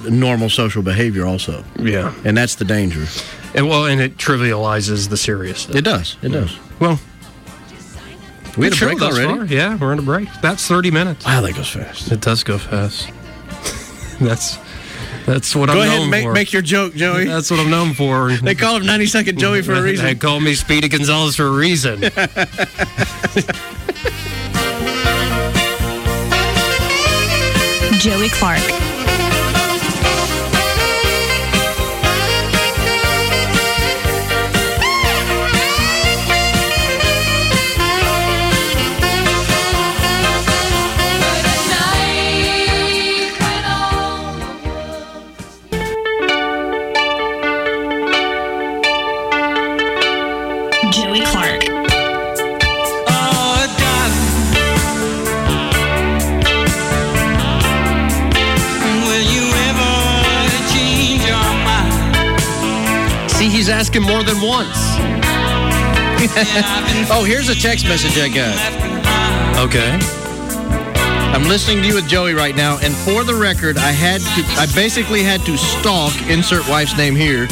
Speaker 6: normal social behavior also.
Speaker 4: Yeah.
Speaker 6: And that's the danger.
Speaker 4: And well, and it trivializes the seriousness.
Speaker 6: It does. It does.
Speaker 4: Well,
Speaker 6: We
Speaker 4: Good
Speaker 6: had a
Speaker 4: show
Speaker 6: break
Speaker 4: thus
Speaker 6: already.
Speaker 4: far. Yeah, we're on a break. That's 30 minutes.
Speaker 6: Wow, that goes fast.
Speaker 4: It does go fast. <laughs> that's that's what
Speaker 6: Go
Speaker 4: I'm
Speaker 6: ahead
Speaker 4: known
Speaker 6: and make,
Speaker 4: for.
Speaker 6: make your joke, Joey.
Speaker 4: <laughs> that's what I'm known
Speaker 6: <laughs>
Speaker 4: for.
Speaker 6: they call him 90 Second Joey for a
Speaker 4: They
Speaker 6: reason.
Speaker 4: call me Speedy Gonzalez for a
Speaker 6: <laughs>
Speaker 4: reason.
Speaker 1: Joey Clark. Joey Clark.
Speaker 4: See, he's asking more than once.
Speaker 6: Oh, here's a text message I got.
Speaker 4: Okay.
Speaker 6: I'm listening to you with Joey right now, and for the record, I had to, I basically had to stalk insert wife's name here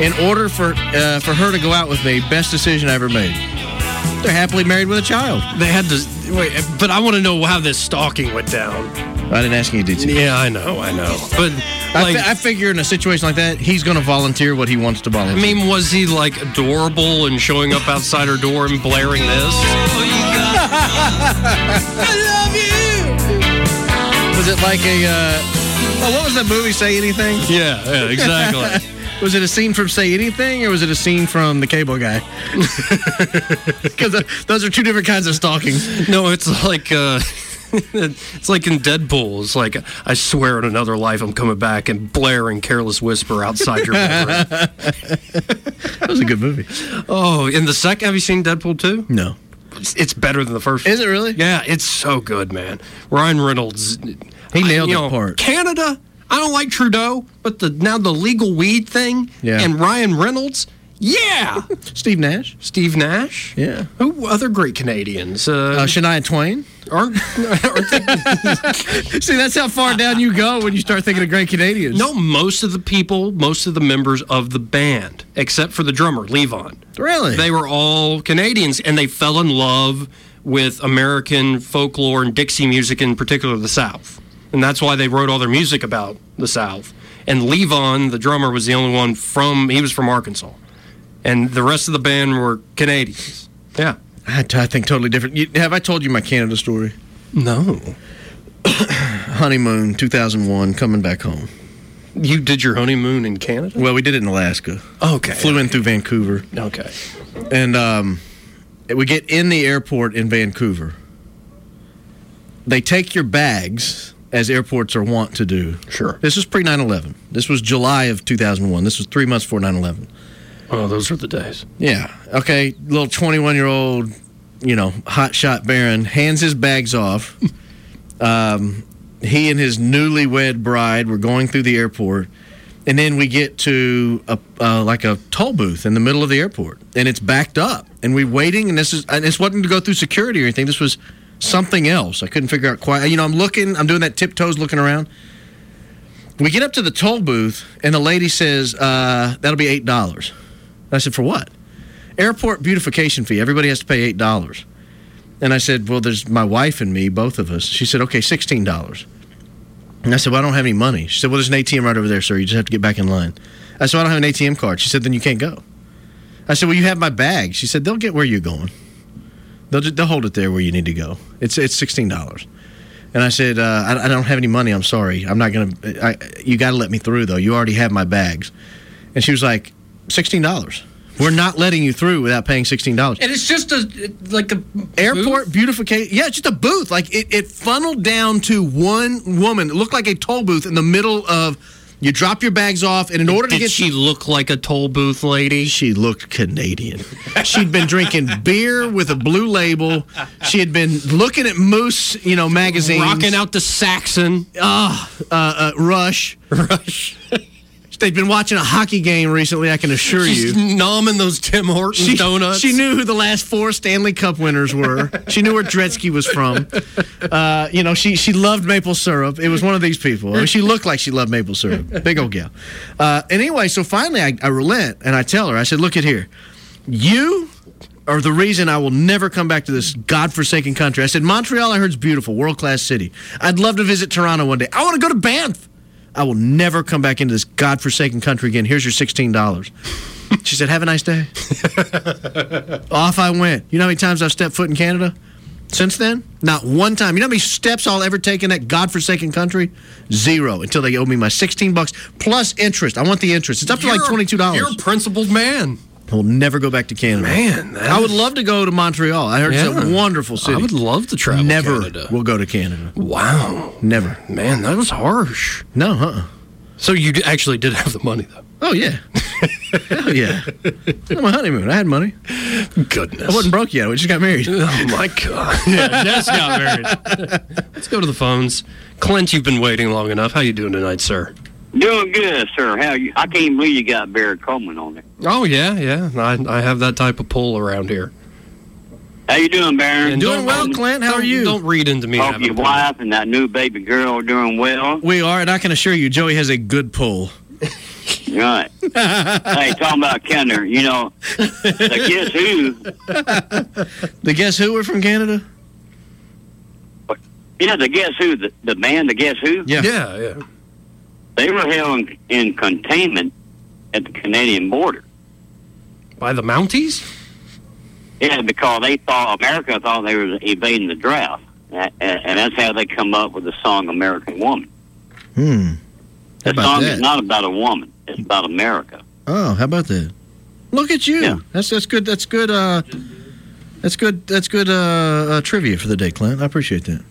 Speaker 6: in order for uh, for her to go out with me. Best decision I ever made. They're happily married with a child.
Speaker 4: They had to wait, but I want to know how this stalking went down.
Speaker 6: I didn't ask any details.
Speaker 4: Yeah, I know, I know. But
Speaker 6: I,
Speaker 4: like,
Speaker 6: fi- I figure in a situation like that, he's going to volunteer what he wants to volunteer.
Speaker 4: I mean, was he like adorable and showing up outside her door and blaring this?
Speaker 6: was it like a? Uh, oh, what was that movie? Say anything?
Speaker 4: Yeah, yeah exactly.
Speaker 6: Was it a scene from Say Anything, or was it a scene from The Cable Guy? <laughs> Because those are two different kinds of stalking.
Speaker 4: <laughs> No, it's like uh, <laughs> it's like in Deadpool. It's like I swear in another life I'm coming back and blaring "Careless Whisper" outside your <laughs> bedroom.
Speaker 6: That was a good movie.
Speaker 4: oh, in the second, have you seen Deadpool two?
Speaker 6: No.
Speaker 4: It's, it's better than the first.
Speaker 6: Is it really?
Speaker 4: Yeah, it's so good, man. Ryan Reynolds,
Speaker 6: He nailed
Speaker 4: you
Speaker 6: it
Speaker 4: know,
Speaker 6: part.
Speaker 4: Canada. I don't like Trudeau, but the now the legal weed thing
Speaker 6: Yeah.
Speaker 4: and Ryan Reynolds.
Speaker 6: <laughs>
Speaker 4: Yeah,
Speaker 6: Steve Nash.
Speaker 4: Steve Nash.
Speaker 6: Yeah.
Speaker 4: Who other great Canadians?
Speaker 6: Uh,
Speaker 4: Uh,
Speaker 6: Shania Twain. <laughs>
Speaker 4: aren't, aren't they
Speaker 6: See, that's how far down you go when you start thinking of great Canadians.
Speaker 4: No, most of the people, most of the members of the band, except for the drummer, Levon.
Speaker 6: Really?
Speaker 4: They were all Canadians and they fell in love with American folklore and Dixie music, in particular the South. And that's why they wrote all their music about the South. And Levon, the drummer, was the only one from, he was from Arkansas. And the rest of the band were Canadians. Yeah.
Speaker 6: I, t- I think totally different. You, have I told you my Canada story?
Speaker 4: No.
Speaker 6: Honeymoon, 2001, coming back home.
Speaker 4: You did your honeymoon in Canada?
Speaker 6: Well, we did it in Alaska.
Speaker 4: Okay.
Speaker 6: Flew in through Vancouver.
Speaker 4: Okay.
Speaker 6: and um, we get in the airport in Vancouver. They take your bags, as airports are wont to do.
Speaker 4: Sure.
Speaker 6: This was pre 9 11. This was July of 2001. This was three months before 9 11.
Speaker 4: Oh, those were the days.
Speaker 6: Yeah. Okay. Little 21 year old, you know, hotshot Baron hands his bags off. um, he and his newlywed bride were going through the airport. And then we get to a, uh, like a toll booth in the middle of the airport, and it's backed up, and we're waiting. And this is and this wasn't to go through security or anything. This was something else. I couldn't figure out quite. You know, I'm looking, I'm doing that tiptoes, looking around. We get up to the toll booth, and the lady says, uh, "That'll be eight dollars." I said, "For what?" airport beautification fee. Everybody has to pay eight dollars. And I said, Well, there's my wife and me, both of us. She said, Okay, sixteen dollars. And I said, Well, I don't have any money. She said, Well, there's an ATM right over there, sir. You just have to get back in line. I said, well, I don't have an ATM card. She said, Then you can't go. I said, Well, you have my bag. She said, They'll get where you're going. They'll, ju- they'll hold it there where you need to go. It's it's sixteen dollars. And I said, uh, I, I don't have any money. I'm sorry. I'm not gonna. I, you got to let me through though. You already have my bags. And she was like, sixteen dollars. We're not letting you through without paying sixteen dollars.
Speaker 4: And it's just a, like a
Speaker 6: Airport beautification. Yeah, it's just a booth. Like it, it funneled down to one woman. It looked like a toll booth in the middle of. You drop your bags off, and in order to
Speaker 4: Did
Speaker 6: get
Speaker 4: she look like a toll booth lady?
Speaker 6: she looked Canadian. She'd been drinking beer with a blue label. She had been looking at Moose, you know, magazines,
Speaker 4: Rocking out the Saxon.
Speaker 6: uh, uh, Rush.
Speaker 4: Rush.
Speaker 6: They'd been watching a hockey game recently. I can assure
Speaker 4: She's
Speaker 6: you.
Speaker 4: nomming those Tim Hortons
Speaker 6: she,
Speaker 4: donuts.
Speaker 6: she knew who the last four Stanley Cup winners were. she knew where Dretzky was from. Uh, you know, she she loved maple syrup. It was one of these people. I mean, she looked like she loved maple syrup. Big old gal. Uh, and anyway, so finally I, I relent and I tell her, I said, look at here. You are the reason I will never come back to this godforsaken country. I said, Montreal, I heard, is beautiful, world class city. I'd love to visit Toronto one day. I want to go to Banff. I will never come back into this godforsaken country again. Here's your $16. <laughs> She said, Have a
Speaker 4: <laughs>
Speaker 6: nice day. Off I went. You know how many times I've stepped foot in Canada since then? Not one time. You know how many steps I'll ever take in that godforsaken country? Zero until they owe me my 16 bucks plus interest. I want the interest. It's up to like
Speaker 4: You're-
Speaker 6: $22.
Speaker 4: You're a principled man.
Speaker 6: I will never go back to Canada.
Speaker 4: Man, that
Speaker 6: I would
Speaker 4: is-
Speaker 6: love to go to Montreal. I heard it's a
Speaker 4: Yeah.
Speaker 6: wonderful city.
Speaker 4: I would love to travel
Speaker 6: never
Speaker 4: Canada.
Speaker 6: will go to Canada.
Speaker 4: wow.
Speaker 6: Never.
Speaker 4: Man, that was harsh.
Speaker 6: No, huh?
Speaker 4: So you d- actually did have the money, though. <laughs>
Speaker 6: Oh yeah, Hell yeah. On my honeymoon, I had money.
Speaker 4: Goodness.
Speaker 6: I wasn't broke yet. We just got married.
Speaker 4: Oh my God! <laughs> Yeah, Jess got married. <laughs> Let's go to the phones. Clint, you've been waiting long enough. How you doing tonight, sir?
Speaker 7: Doing good, sir. How you? I can't believe you got Barry Coleman on there.
Speaker 4: Oh yeah, yeah. I, I have that type of pull around here.
Speaker 1: How you doing, Baron?
Speaker 4: And don't- don't- don't- Don't read into me.
Speaker 1: Hope your wife and that new baby girl are doing well.
Speaker 6: We are, and I can assure you, Joey has a good pull.
Speaker 1: Right. hey, talking about Kinder, you know, the guess who?
Speaker 6: The guess who are from Canada?
Speaker 1: You know, the guess who? The, the band, the guess who?
Speaker 6: Yeah.
Speaker 4: Yeah, yeah.
Speaker 1: They were held in, in containment at the Canadian border.
Speaker 4: By the Mounties?
Speaker 1: Yeah, because they thought America thought they were evading the draft, and, and that's how they come up with the song "American Woman."
Speaker 6: Hmm. How
Speaker 1: The
Speaker 6: about
Speaker 1: song is
Speaker 6: that?
Speaker 1: not about a woman; it's about America.
Speaker 6: Oh, how about that? Look at you.
Speaker 1: Yeah.
Speaker 6: That's that's good. That's good. Uh, that's good. That's good uh, uh, trivia for the day, Clint. I appreciate that.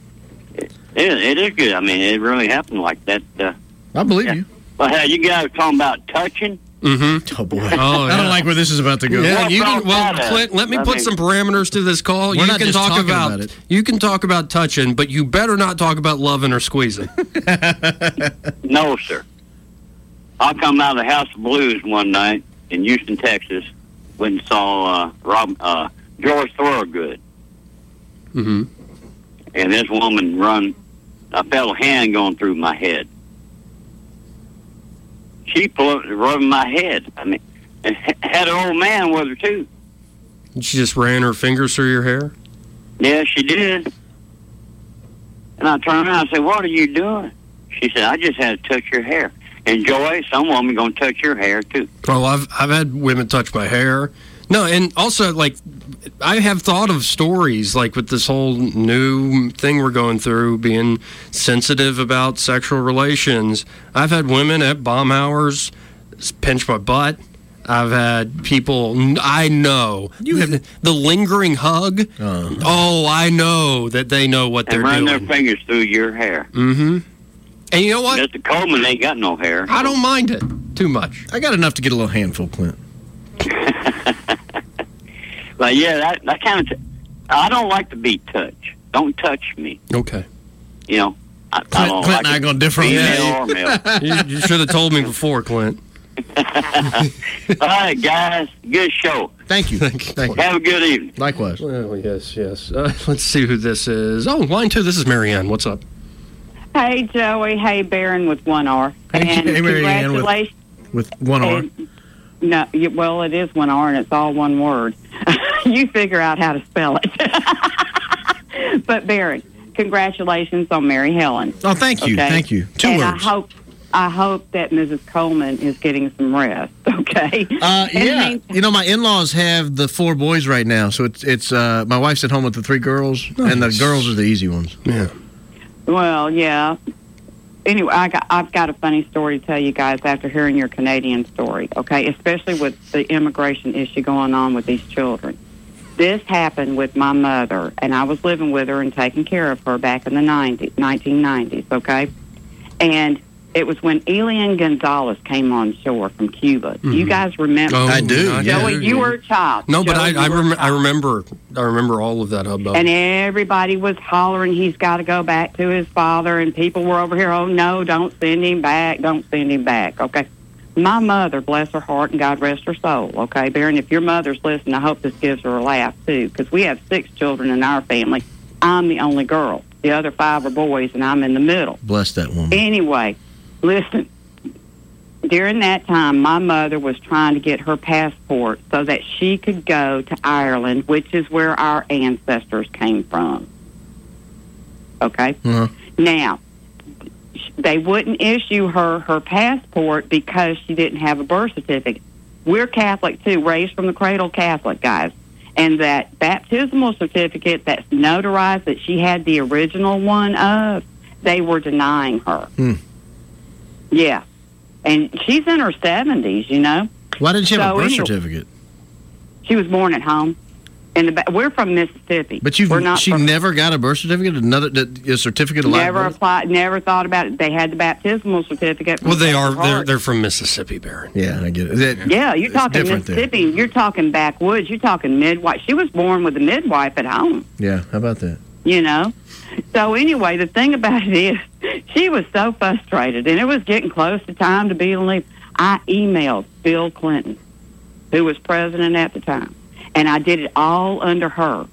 Speaker 1: It, it is good. I mean, it really happened like that. Uh,
Speaker 6: I believe you.
Speaker 1: but hey, you guys talking about touching?
Speaker 4: Mm-hmm.
Speaker 6: Oh
Speaker 4: <laughs>
Speaker 6: boy.
Speaker 4: Oh,
Speaker 6: I don't
Speaker 4: yeah.
Speaker 6: like where this is about to go.
Speaker 4: Yeah, you
Speaker 1: about
Speaker 4: can, well,
Speaker 1: that?
Speaker 4: Clint, let me
Speaker 1: I
Speaker 4: put
Speaker 1: mean-
Speaker 4: some parameters to this call.
Speaker 6: We're
Speaker 4: you
Speaker 6: not
Speaker 4: can
Speaker 6: just
Speaker 4: talk
Speaker 6: talking
Speaker 4: about,
Speaker 6: about it.
Speaker 4: you can talk about touching, but you better not talk about loving or squeezing.
Speaker 1: No, sir. I come out of the House of Blues one night in Houston, Texas, went and saw uh, Rob uh, George Thorogood.
Speaker 4: mm-hmm.
Speaker 1: and this woman run I felt a hand going through my head. She pulled, rubbed my head. I mean, and had an old man with her too.
Speaker 4: She just ran her fingers through your hair.
Speaker 1: Yeah, she did. And I turned around and said, "What are you doing?" She said, "I just had to touch your hair." And Joy, some woman gonna touch your hair too.
Speaker 4: Oh, I've I've had women touch my hair. No, and also like I have thought of stories like with this whole new thing we're going through, being sensitive about sexual relations. I've had women at bomb hours s- pinch my butt. I've had people n- I know. You have the lingering hug.
Speaker 6: Uh,
Speaker 4: Oh, I know that they know what
Speaker 1: And
Speaker 4: they're
Speaker 1: run
Speaker 4: doing.
Speaker 1: their fingers through your hair.
Speaker 4: mm-hmm. And you know what?
Speaker 1: Mr. Coleman ain't got no hair.
Speaker 4: I don't mind it too much.
Speaker 6: I got enough to get a little handful, Clint.
Speaker 1: But yeah, that, that kind of. T- I don't like to be touched. Don't touch me.
Speaker 4: Okay.
Speaker 1: You know. I, I
Speaker 6: Clint,
Speaker 1: don't
Speaker 6: Clint
Speaker 1: like
Speaker 6: and I
Speaker 1: it.
Speaker 6: are gonna differ on that.
Speaker 1: Female or male.
Speaker 4: you, you should have told me before, Clint.
Speaker 1: All right, guys. Good show.
Speaker 6: Thank you. Thank you.
Speaker 1: Have a good evening.
Speaker 6: Likewise.
Speaker 4: Well, yes, yes. Uh, let's see who this is. Oh, line two. This is Marianne. What's up?
Speaker 8: Hey Joey, hey Baron with one R.
Speaker 6: Hey,
Speaker 8: and
Speaker 6: hey, Mary Ann with-
Speaker 8: congratulations.
Speaker 6: With one arm.
Speaker 8: No, you, well it is one R and it's all one word. <laughs> you figure out how to spell it. <laughs> but Baron, congratulations on Mary Helen.
Speaker 6: Oh, thank you.
Speaker 8: Okay.
Speaker 6: Thank you. Two
Speaker 8: and
Speaker 6: words.
Speaker 8: I hope I hope that Mrs. Coleman is getting some rest. <laughs> Okay.
Speaker 6: Uh,
Speaker 8: In the
Speaker 6: yeah,
Speaker 8: meantime-
Speaker 6: you know my in-laws have the four boys right now, so it's it's uh, my wife's at home with the three girls, and the girls are the easy ones.
Speaker 4: Yeah.
Speaker 8: Well, yeah. Anyway, I got, I've got a funny story to tell you guys after hearing your Canadian story, okay? Especially with the immigration issue going on with these children. This happened with my mother, and I was living with her and taking care of her back in the 90s, 1990s, okay? And it was when Elian Gonzalez came on shore from Cuba. Do You
Speaker 4: Mhm.
Speaker 8: guys remember?
Speaker 4: Oh,
Speaker 6: I do,
Speaker 4: I
Speaker 6: yeah.
Speaker 8: Joey, you were a child.
Speaker 4: No, but
Speaker 8: Joey,
Speaker 4: I
Speaker 8: you
Speaker 4: I,
Speaker 8: were a
Speaker 4: rem- I
Speaker 8: child.
Speaker 4: remember I remember all of that hubbub.
Speaker 8: And everybody was hollering, he's got to go back to his father. And people were over here, oh, no, don't send him back. Don't send him back. Okay. My mother, bless her heart and God rest her soul. Okay, Baron, if your mother's listening, I hope this gives her a laugh too, because we have six children in our family. I'm the only girl. The other five are boys, and I'm in the middle.
Speaker 6: Bless that woman.
Speaker 8: Anyway, listen. During that time, my mother was trying to get her passport so that she could go to Ireland, which is where our ancestors came from. Okay?
Speaker 6: Uh-huh.
Speaker 8: Now, they wouldn't issue her her passport because she didn't have a birth certificate. We're Catholic too, raised from the cradle Catholic, guys. And that baptismal certificate that's notarized that she had the original one of, they were denying her.
Speaker 6: Hmm.
Speaker 8: Yeah. And she's in her 70s, you know.
Speaker 6: Why didn't you have
Speaker 8: So
Speaker 6: a birth
Speaker 8: anyway-
Speaker 6: certificate?
Speaker 8: She was born at home. In the ba- we're from Mississippi.
Speaker 6: But you've
Speaker 8: we're not
Speaker 6: she
Speaker 8: from-
Speaker 6: never got a birth certificate. Another th- a certificate of
Speaker 8: never
Speaker 6: life.
Speaker 8: applied, never thought about it. They had the baptismal certificate. from
Speaker 4: well, they are
Speaker 8: Catholic
Speaker 4: they're
Speaker 8: Heart.
Speaker 4: they're from Mississippi, Baron.
Speaker 6: Yeah, I get it. That-
Speaker 8: Yeah, you're
Speaker 6: It's
Speaker 8: talking
Speaker 6: different there.
Speaker 8: Mississippi. You're talking backwoods. You're talking midwife. She was born with a midwife at home,
Speaker 6: yeah, how
Speaker 8: <laughs>
Speaker 6: about that? <laughs>
Speaker 8: you know. So anyway, the thing about it is, she was so frustrated, and it was getting close to time to be leave. I emailed Bill Clinton, who was president at the time, and I did it all under her.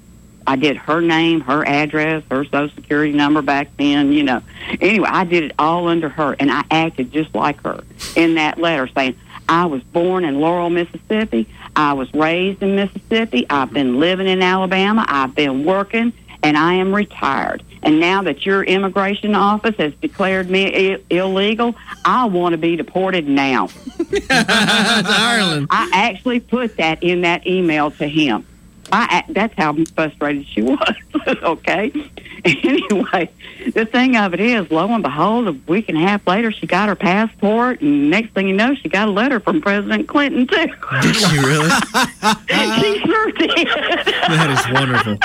Speaker 8: I did her name, her address, her social security number back then, you know. Anyway, I did it all under her and I acted just like her in that letter saying, I was born in Laurel, Mississippi. I was raised in Mississippi. I've been living in Alabama. I've been working and I am retired. And now that your immigration office has declared me I- illegal, I want to be deported now.
Speaker 6: Ireland.
Speaker 8: I actually put that in that email to him. I a- that's how frustrated she <laughs> was. okay. Anyway, the thing of it is, lo and behold, a week and a half later, she got her passport, and next thing you know, she got a letter from President Clinton too. <laughs>
Speaker 9: Did she really?
Speaker 8: she sure did.
Speaker 9: that is wonderful.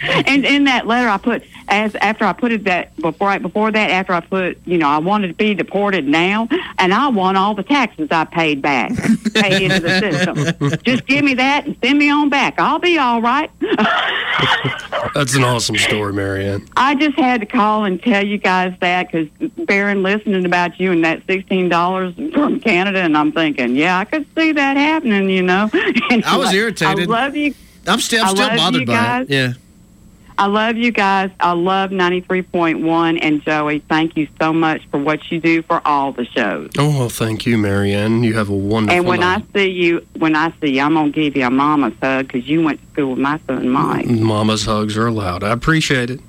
Speaker 8: and in that letter, I put as after I put it that before right before that after I put you know I wanted to be deported now, and I want all the taxes I paid back paid into the system. Just give me that and send me on back. I'll be all right.
Speaker 4: That's an awesome story, Marianne.
Speaker 8: I just had to call and tell you guys that because Baron listening about you and that sixteen dollars from Canada, and I'm thinking, yeah, I could see that happening. You know, <laughs>
Speaker 6: I was
Speaker 8: Anyway,
Speaker 6: irritated.
Speaker 8: I love you.
Speaker 6: I'm still,
Speaker 8: I
Speaker 6: I'm still
Speaker 8: love
Speaker 6: bothered
Speaker 8: you
Speaker 6: by
Speaker 8: guys.
Speaker 6: it. Yeah.
Speaker 8: I love you guys. I love 93.1. And Joey, thank you so much for what you do for all the shows.
Speaker 4: Oh, well, thank you, Marianne. You have a wonderful
Speaker 8: and when
Speaker 4: night.
Speaker 8: I see you, when I see you, I'm going to give you a mama's hug because you went to school with my son, Mike.
Speaker 4: Mm-hmm. Mama's hugs are allowed. I appreciate it.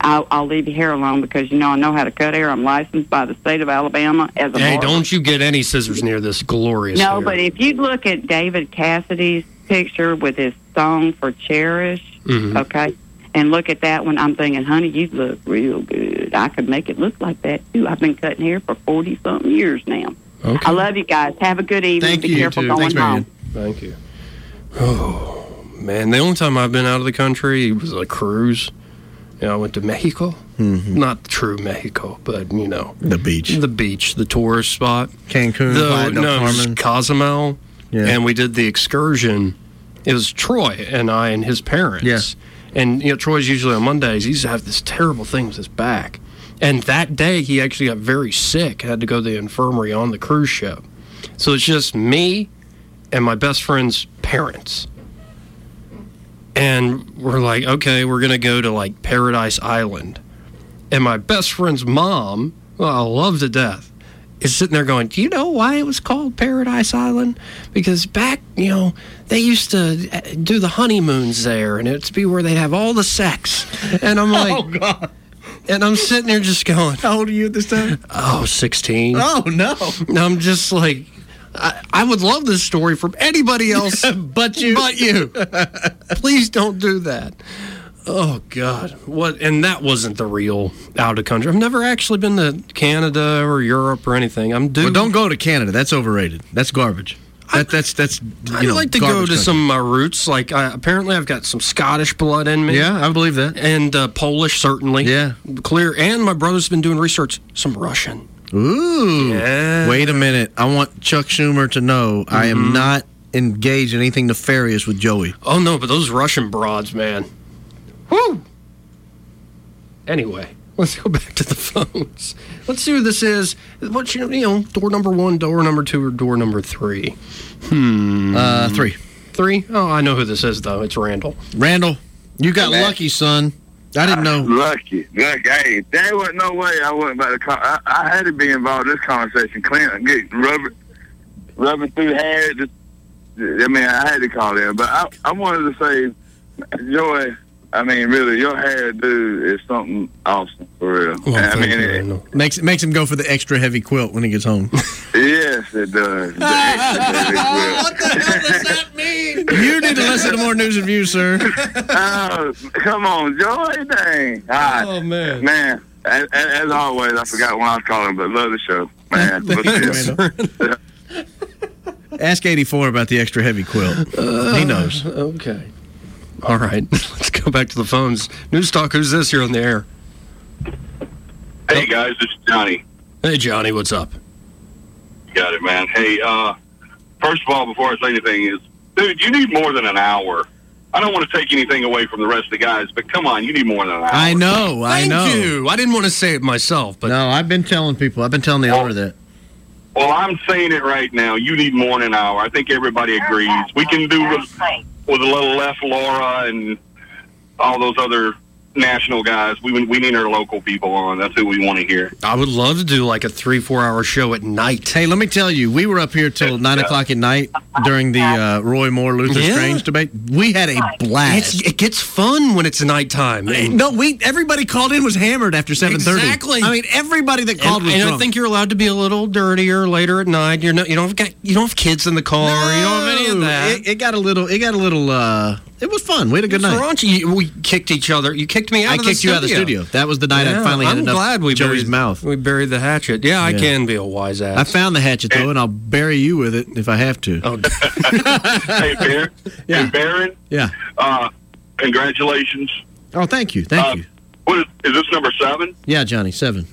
Speaker 8: I'll, I'll leave your hair alone because, you know, I know how to cut hair. I'm licensed by the state of Alabama as a
Speaker 4: Hey,
Speaker 8: barber.
Speaker 4: don't you get any scissors near this glorious
Speaker 8: No,
Speaker 4: hair.
Speaker 8: but if you look at David Cassidy's picture with his song for Cherish,
Speaker 4: Mhm.
Speaker 8: okay, and look at that one, I'm thinking, honey, you look real good. I could make it look like that too. I've been cutting hair for forty something years now.
Speaker 4: Okay.
Speaker 8: I love you guys. Have a good evening. Be careful going home.
Speaker 4: Thank you. Oh man, the only time I've been out of the country was a cruise. You know, I went to Mexico. Not true Mexico, but you know
Speaker 6: the beach,
Speaker 4: the beach, the tourist spot,
Speaker 6: Cancun,
Speaker 4: the,
Speaker 6: Playa del
Speaker 4: no, it was
Speaker 6: Carmen.
Speaker 4: Cozumel, and we did the excursion. It was Troy and I and his parents. And you know, Troy's usually on Mondays. He used to have this terrible thing with his back, and that day he actually got very sick. Had to go to the infirmary on the cruise ship. So it's just me and my best friend's parents. And we're like, okay, we're going to go to like Paradise Island. And my best friend's mom, who I love to death, is sitting there going, Do you know why it was called Paradise Island? Because back, you know, they used to uh, do the honeymoons there and it'd be where they'd have all the sex. And I'm like,
Speaker 6: <laughs> oh God.
Speaker 4: And I'm sitting there just going,
Speaker 6: How old are you at this <laughs> time?
Speaker 4: Oh, 16.
Speaker 6: Oh, no.
Speaker 4: And I'm just like, I, I would love this story from
Speaker 6: <laughs>
Speaker 4: anybody else but
Speaker 6: you.
Speaker 4: But you. Please don't do that. Oh God! What? And that wasn't the real out of country. I've never actually been to Canada or Europe or anything. I'm due.
Speaker 6: Well, don't go to Canada. That's overrated. That's garbage. That, that's that's. You
Speaker 4: I'd
Speaker 6: know,
Speaker 4: like to go to
Speaker 6: garbage country.
Speaker 4: some of my roots. Like I, apparently, I've got some Scottish blood in me.
Speaker 6: Yeah, I believe that.
Speaker 4: And uh, Polish, certainly. Yeah, clear. And my brother's been doing research. Some Russian.
Speaker 6: Ooh.
Speaker 4: Yeah.
Speaker 6: Wait a minute. I want Chuck Schumer to know I am not engaged in anything nefarious with Joey.
Speaker 4: Oh no, but those Russian broads, man. Woo. Anyway, let's go back to the phones. Let's see who this is. What's your, you know, door number one, door number two, or door number three? Hmm.
Speaker 6: Uh, three.
Speaker 4: Three? Oh, I know who this is though. It's Randall.
Speaker 6: Randall, you got
Speaker 4: Hey, man.
Speaker 6: lucky, son. I didn't know.
Speaker 10: Lucky. Look, hey, there was no way I wasn't about to call. I, I had to be involved in this conversation. Clinton getting rubbing, rubbing through hair. Just, I mean, I had to call in. But I, I wanted to say, Joy, I mean, really, your hair, dude, is something awesome, for real.
Speaker 6: Well,
Speaker 10: I
Speaker 6: thank
Speaker 10: mean,
Speaker 6: you,
Speaker 10: it-
Speaker 6: Randall. makes it makes him go for the extra heavy quilt when he gets home.
Speaker 10: yes, it does. The extra baby will.
Speaker 6: <laughs> you need to listen to more news and views,
Speaker 4: <laughs>
Speaker 6: sir.
Speaker 10: oh, come on, Joy, dang. oh,
Speaker 4: man.
Speaker 10: Man, as, as as always, I forgot when I was calling, but love the show.
Speaker 6: <laughs>
Speaker 10: Man,
Speaker 6: Thanks, Randall. Ask 84 about the extra heavy quilt. he knows.
Speaker 4: Okay. All right, <laughs> let's go back to the phones. News Talk, who's this? You're on the air.
Speaker 11: Hey guys, this is Johnny.
Speaker 4: Hey, Johnny, what's up?
Speaker 11: You Got it, man. Hey, uh, first of all, before I say anything, is dude, you need more than an hour. I don't want to take anything away from the rest of the guys, but come on, you need more than an hour.
Speaker 6: I know. I
Speaker 4: Thank
Speaker 6: know.
Speaker 4: you. I didn't want to say it myself, but
Speaker 6: no, I've been telling people. I've been telling the owner that.
Speaker 11: Well, I'm saying it right now. You need more than an hour. I think everybody agrees. We can do with, with a little less Laura and
Speaker 8: all those other national guys. We we need our local people on. That's who we want to
Speaker 6: <laughs>
Speaker 8: hear.
Speaker 4: I would love to do like a three, four hour show at night.
Speaker 6: Hey, let me tell you, we were up here till nine
Speaker 4: uh,
Speaker 6: o'clock at night during the uh, Roy Moore Luther
Speaker 4: Yeah.
Speaker 6: Strange debate. We had a blast.
Speaker 4: It's, it gets fun when it's nighttime.
Speaker 12: No, we everybody called in was hammered after seven thirty.
Speaker 4: Exactly.
Speaker 12: I mean, everybody that called
Speaker 4: and,
Speaker 12: was
Speaker 4: and I
Speaker 12: drunk.
Speaker 4: think you're allowed to be a little dirtier later at night. You're not. You don't have got. You don't have kids in the car. Oh, you don't have any of that.
Speaker 6: It, it got a little. It got a little. uh It was fun. We had a good
Speaker 4: It's
Speaker 6: night.
Speaker 4: raunchy. You- We kicked each other. You kicked me out.
Speaker 6: I
Speaker 4: of
Speaker 6: kicked
Speaker 4: the
Speaker 6: you out of the studio. That was the night I
Speaker 4: Yeah,
Speaker 6: finally had
Speaker 4: I'm
Speaker 6: enough
Speaker 4: glad we
Speaker 6: Joey's
Speaker 4: buried,
Speaker 6: mouth.
Speaker 4: We buried the hatchet. Yeah, I
Speaker 6: Yeah.
Speaker 4: can be a wise ass.
Speaker 6: I found the hatchet though, and I'll bury you with it if I have to.
Speaker 4: Oh,
Speaker 8: hey, Baron.
Speaker 6: Yeah.
Speaker 8: Hey, Baron.
Speaker 6: yeah.
Speaker 8: Uh, congratulations.
Speaker 6: Oh, thank you,
Speaker 11: Uh,
Speaker 8: Uh,
Speaker 6: thank you.
Speaker 8: What is, is this number seven?
Speaker 6: Yeah, Johnny, seven.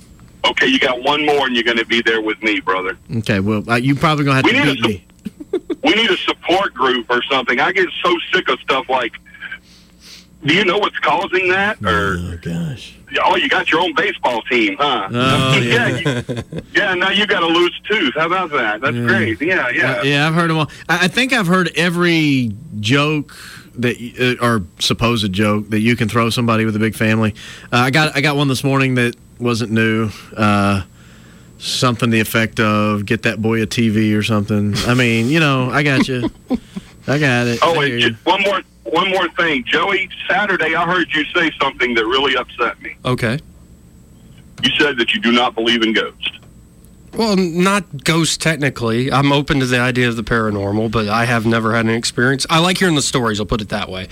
Speaker 8: Okay, you got one more, and you're going to be there with me, brother.
Speaker 6: Okay, well, uh, you probably gonna have
Speaker 8: We
Speaker 6: to
Speaker 8: need
Speaker 6: beat me.
Speaker 8: we need a support group or something. I get so sick of stuff like, do you know what's causing that? Or oh gosh, oh you got your own baseball team, huh?
Speaker 6: Oh,
Speaker 8: <laughs> yeah, you- yeah. Now you got a loose tooth. How about that? That's great. Yeah, yeah.
Speaker 6: Uh, yeah, I've heard them all. I, I think I've heard every joke that y- uh, or supposed joke that you can throw somebody with a big family. Uh, I got I got one this morning that wasn't new. Uh, something to the effect of "Get that boy a TV" or something. I mean, you know, I got you. I got it.
Speaker 8: Oh, and
Speaker 6: I hear
Speaker 8: just one more, one more thing, Joey. Saturday, I heard you say something that really upset me.
Speaker 4: Okay.
Speaker 8: You said that you do not believe in ghosts.
Speaker 4: Well, n- not ghosts technically. I'm open to the idea of the paranormal, but I have never had an experience. I like hearing the stories. I'll put it that way.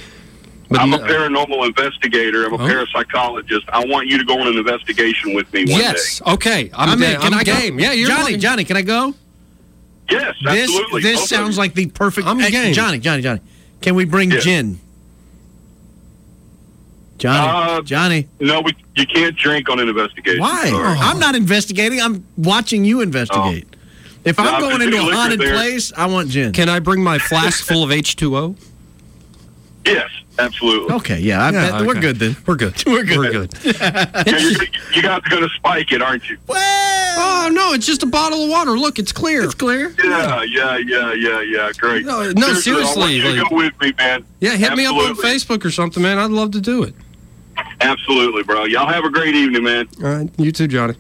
Speaker 4: But
Speaker 8: I'm a
Speaker 4: no-
Speaker 8: paranormal investigator. I'm a parapsychologist. I want you to go on an investigation with me one
Speaker 4: yes.
Speaker 8: day.
Speaker 4: Okay. I'm,
Speaker 8: I'm in.
Speaker 4: da-
Speaker 8: Can
Speaker 4: I'm
Speaker 8: I go?
Speaker 4: game. Yeah, you're
Speaker 6: Johnny,
Speaker 4: fucking-
Speaker 6: Johnny, can I go?
Speaker 8: Yes,
Speaker 6: This
Speaker 8: absolutely.
Speaker 6: this
Speaker 8: Both of
Speaker 6: sounds
Speaker 8: you.
Speaker 6: like the perfect.
Speaker 8: I'm
Speaker 6: Hey,
Speaker 8: game.
Speaker 6: Johnny, Johnny, Johnny. Can we bring
Speaker 8: Yeah.
Speaker 6: gin? Johnny,
Speaker 8: Uh,
Speaker 6: Johnny.
Speaker 8: No, we, you can't drink on an investigation.
Speaker 6: Why? Oh.
Speaker 8: Sorry.
Speaker 6: I'm not investigating. I'm watching you investigate.
Speaker 8: Oh.
Speaker 6: If
Speaker 8: No,
Speaker 6: I'm
Speaker 8: I'm
Speaker 6: going
Speaker 8: just
Speaker 6: into
Speaker 8: gonna
Speaker 6: a
Speaker 8: look
Speaker 6: haunted
Speaker 8: at there.
Speaker 6: place, I want gin.
Speaker 4: Can I bring my flask full of H2O?
Speaker 8: Yes, absolutely.
Speaker 6: Okay, yeah, I bet- <laughs> we're good then.
Speaker 4: We're good. We're good. We're good.
Speaker 8: Yeah, you're gonna, you guys are going to spike it, aren't you?
Speaker 4: Oh no, it's just a bottle of water. Look, it's clear. It's clear.
Speaker 8: Yeah, yeah, yeah, yeah, yeah. Great.
Speaker 4: No, no,
Speaker 8: I want
Speaker 4: seriously,
Speaker 8: you to
Speaker 4: like-
Speaker 8: go with me, man.
Speaker 4: Yeah, hit me up on
Speaker 8: Absolutely.
Speaker 4: Facebook or something, man. I'd love to do it.
Speaker 8: Absolutely, bro. Y'all have a great evening, man.
Speaker 4: All right, you too, Johnny.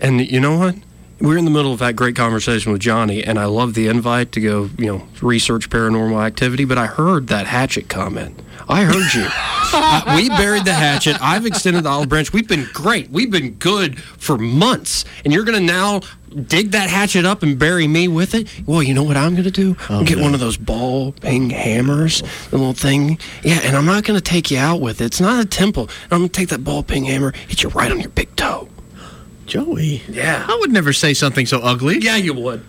Speaker 4: And you know what? We're in the middle of that great conversation with Johnny, and I love the invite to go, you know, research paranormal activity. But I heard that hatchet comment. I heard you. Uh, we buried the hatchet. I've extended the olive branch. We've been great. We've been good for months, and you're gonna now dig that hatchet up and bury me with it. Well, you know what I'm gonna do? I'll get one of those ball ping hammers, the little thing. Yeah, and I'm not gonna take you out with it. It's not a temple. I'm gonna take that ball ping hammer, hit you right on your big toe.
Speaker 6: Joey.
Speaker 4: Yeah.
Speaker 6: I would never say something so ugly.
Speaker 4: Yeah, you would.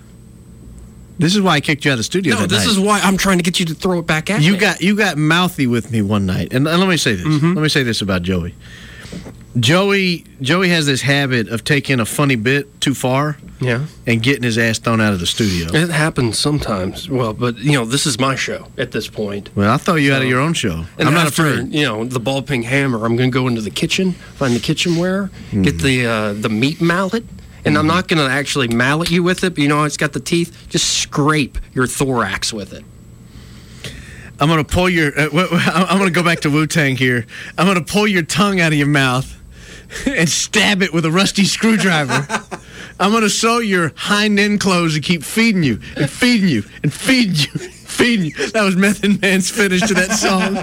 Speaker 6: This is why I kicked you out of the studio.
Speaker 4: No,
Speaker 6: that
Speaker 4: this
Speaker 6: night.
Speaker 4: is why I'm trying to get you to throw it back at
Speaker 6: you
Speaker 4: me.
Speaker 6: got you got mouthy with me one night, and, and let me say this.
Speaker 4: Mm-hmm.
Speaker 6: Let me say this about Joey. Joey Joey has this habit of taking a funny bit too far
Speaker 4: Yeah.
Speaker 6: and getting his ass thrown out of the studio. <laughs>
Speaker 4: It happens sometimes. Well, but you know, this is my show at this point.
Speaker 6: Well, I throw you out of your own show.
Speaker 4: And
Speaker 6: I'm not
Speaker 4: after,
Speaker 6: afraid.
Speaker 4: You know, the ball ping hammer. I'm going to go into the kitchen, find the kitchenware, get the uh, the meat mallet, and I'm not going to actually mallet you with it. But you know, it's got the teeth. Just scrape your thorax with it.
Speaker 6: I'm gonna pull your. Uh, wh- wh- I'm gonna go back to Wu Tang here. I'm gonna pull your tongue out of your mouth <laughs> and stab it with a rusty <laughs> screwdriver. I'm gonna sew your hind end clothes and keep feeding you and feeding you and feeding you, <laughs> feeding you. That was Method Man's finish to that song.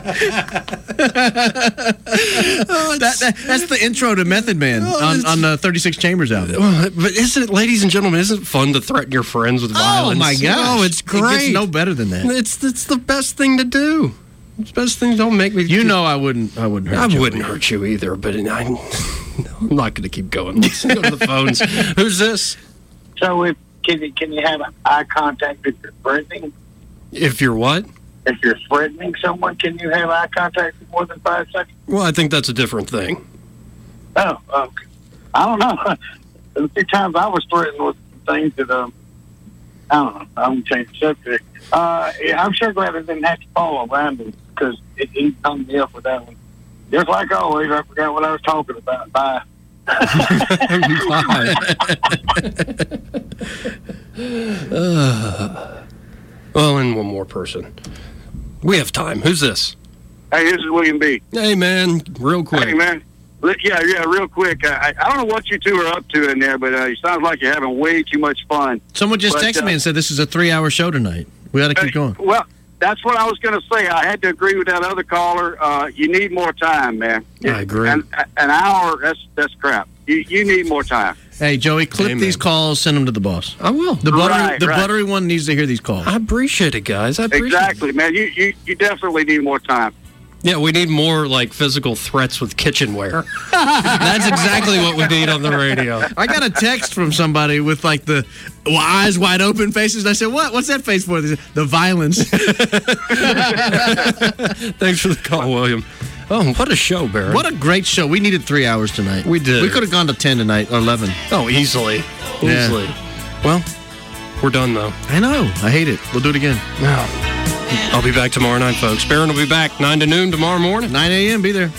Speaker 6: that, that- that's the intro to Method Man on, on the 36 Chambers album.
Speaker 4: Well, oh, but isn't it, ladies and gentlemen, isn't it fun to threaten your friends with
Speaker 6: Oh
Speaker 4: violence?
Speaker 6: my gosh!
Speaker 4: Oh, it's
Speaker 6: It gets
Speaker 4: great.
Speaker 6: no better than that.
Speaker 4: It's it's the best thing to do. It's the best thing. Don't make me.
Speaker 6: You know I wouldn't. I wouldn't.
Speaker 4: I
Speaker 6: Hurt you.
Speaker 4: wouldn't hurt you either, but I'm, <laughs> I'm not going to keep going. <laughs> Let's go to the
Speaker 6: <laughs>
Speaker 4: phones. Who's this?
Speaker 13: So if can you can you have eye contact if you're threatening?
Speaker 4: If you're what?
Speaker 13: If you're threatening someone, can you have eye contact for more than five seconds?
Speaker 4: Well, I think that's a different
Speaker 6: <laughs>
Speaker 4: thing.
Speaker 13: Oh, okay. I don't know. <laughs> the few times I was threatened with things that um, I don't know. I'm gonna change the subject. Uh, yeah, I'm sure glad I didn't have to follow around him because he hung me up with that one. Just like always, I forgot what I was talking about. Bye.
Speaker 4: <sighs> Uh, well, and one more person. We have time. Who's this?
Speaker 8: Hey, this is William B.
Speaker 4: Hey, man, real quick.
Speaker 8: Hey, man. Look, yeah, yeah, real quick. I, I I don't know what you two are up to in there, but uh, it sounds like you're having way too much fun.
Speaker 6: Someone just
Speaker 8: But,
Speaker 6: texted me
Speaker 8: uh,
Speaker 6: and said this is a three-hour show tonight. We got to keep going.
Speaker 8: Well, that's what I was going to say. I had to agree with that other caller. Uh, you need more time, man.
Speaker 6: I agree.
Speaker 8: An, an hour, that's that's crap. You, you need more time.
Speaker 6: Hey, Joey, clip these calls. Send them to the boss.
Speaker 4: I will.
Speaker 6: The buttery,
Speaker 8: Right,
Speaker 6: the
Speaker 8: right.
Speaker 6: buttery one needs to hear these calls. I
Speaker 4: appreciate it, guys. I
Speaker 8: Exactly, man. You, you you definitely need more time.
Speaker 4: Yeah, we need more like physical threats with kitchenware. <laughs> That's exactly what we need on the radio.
Speaker 6: I got a text from somebody with like the eyes wide open faces. And I said, "What? What's that face for?" They said, "The <laughs> violence."
Speaker 4: Thanks for the call, William. Oh, what a show, Barry.
Speaker 6: What a great show. We needed three hours tonight. We
Speaker 4: did.
Speaker 6: We could have gone to 10 tonight or 11.
Speaker 4: Oh, easily.
Speaker 6: Yeah.
Speaker 4: Easily.
Speaker 6: Well,
Speaker 4: we're done, though.
Speaker 6: I know. I hate it. We'll do it again.
Speaker 4: I'll be back tomorrow night, folks. Barron will be back 9 to noon tomorrow morning.
Speaker 6: 9 a.m. Be there.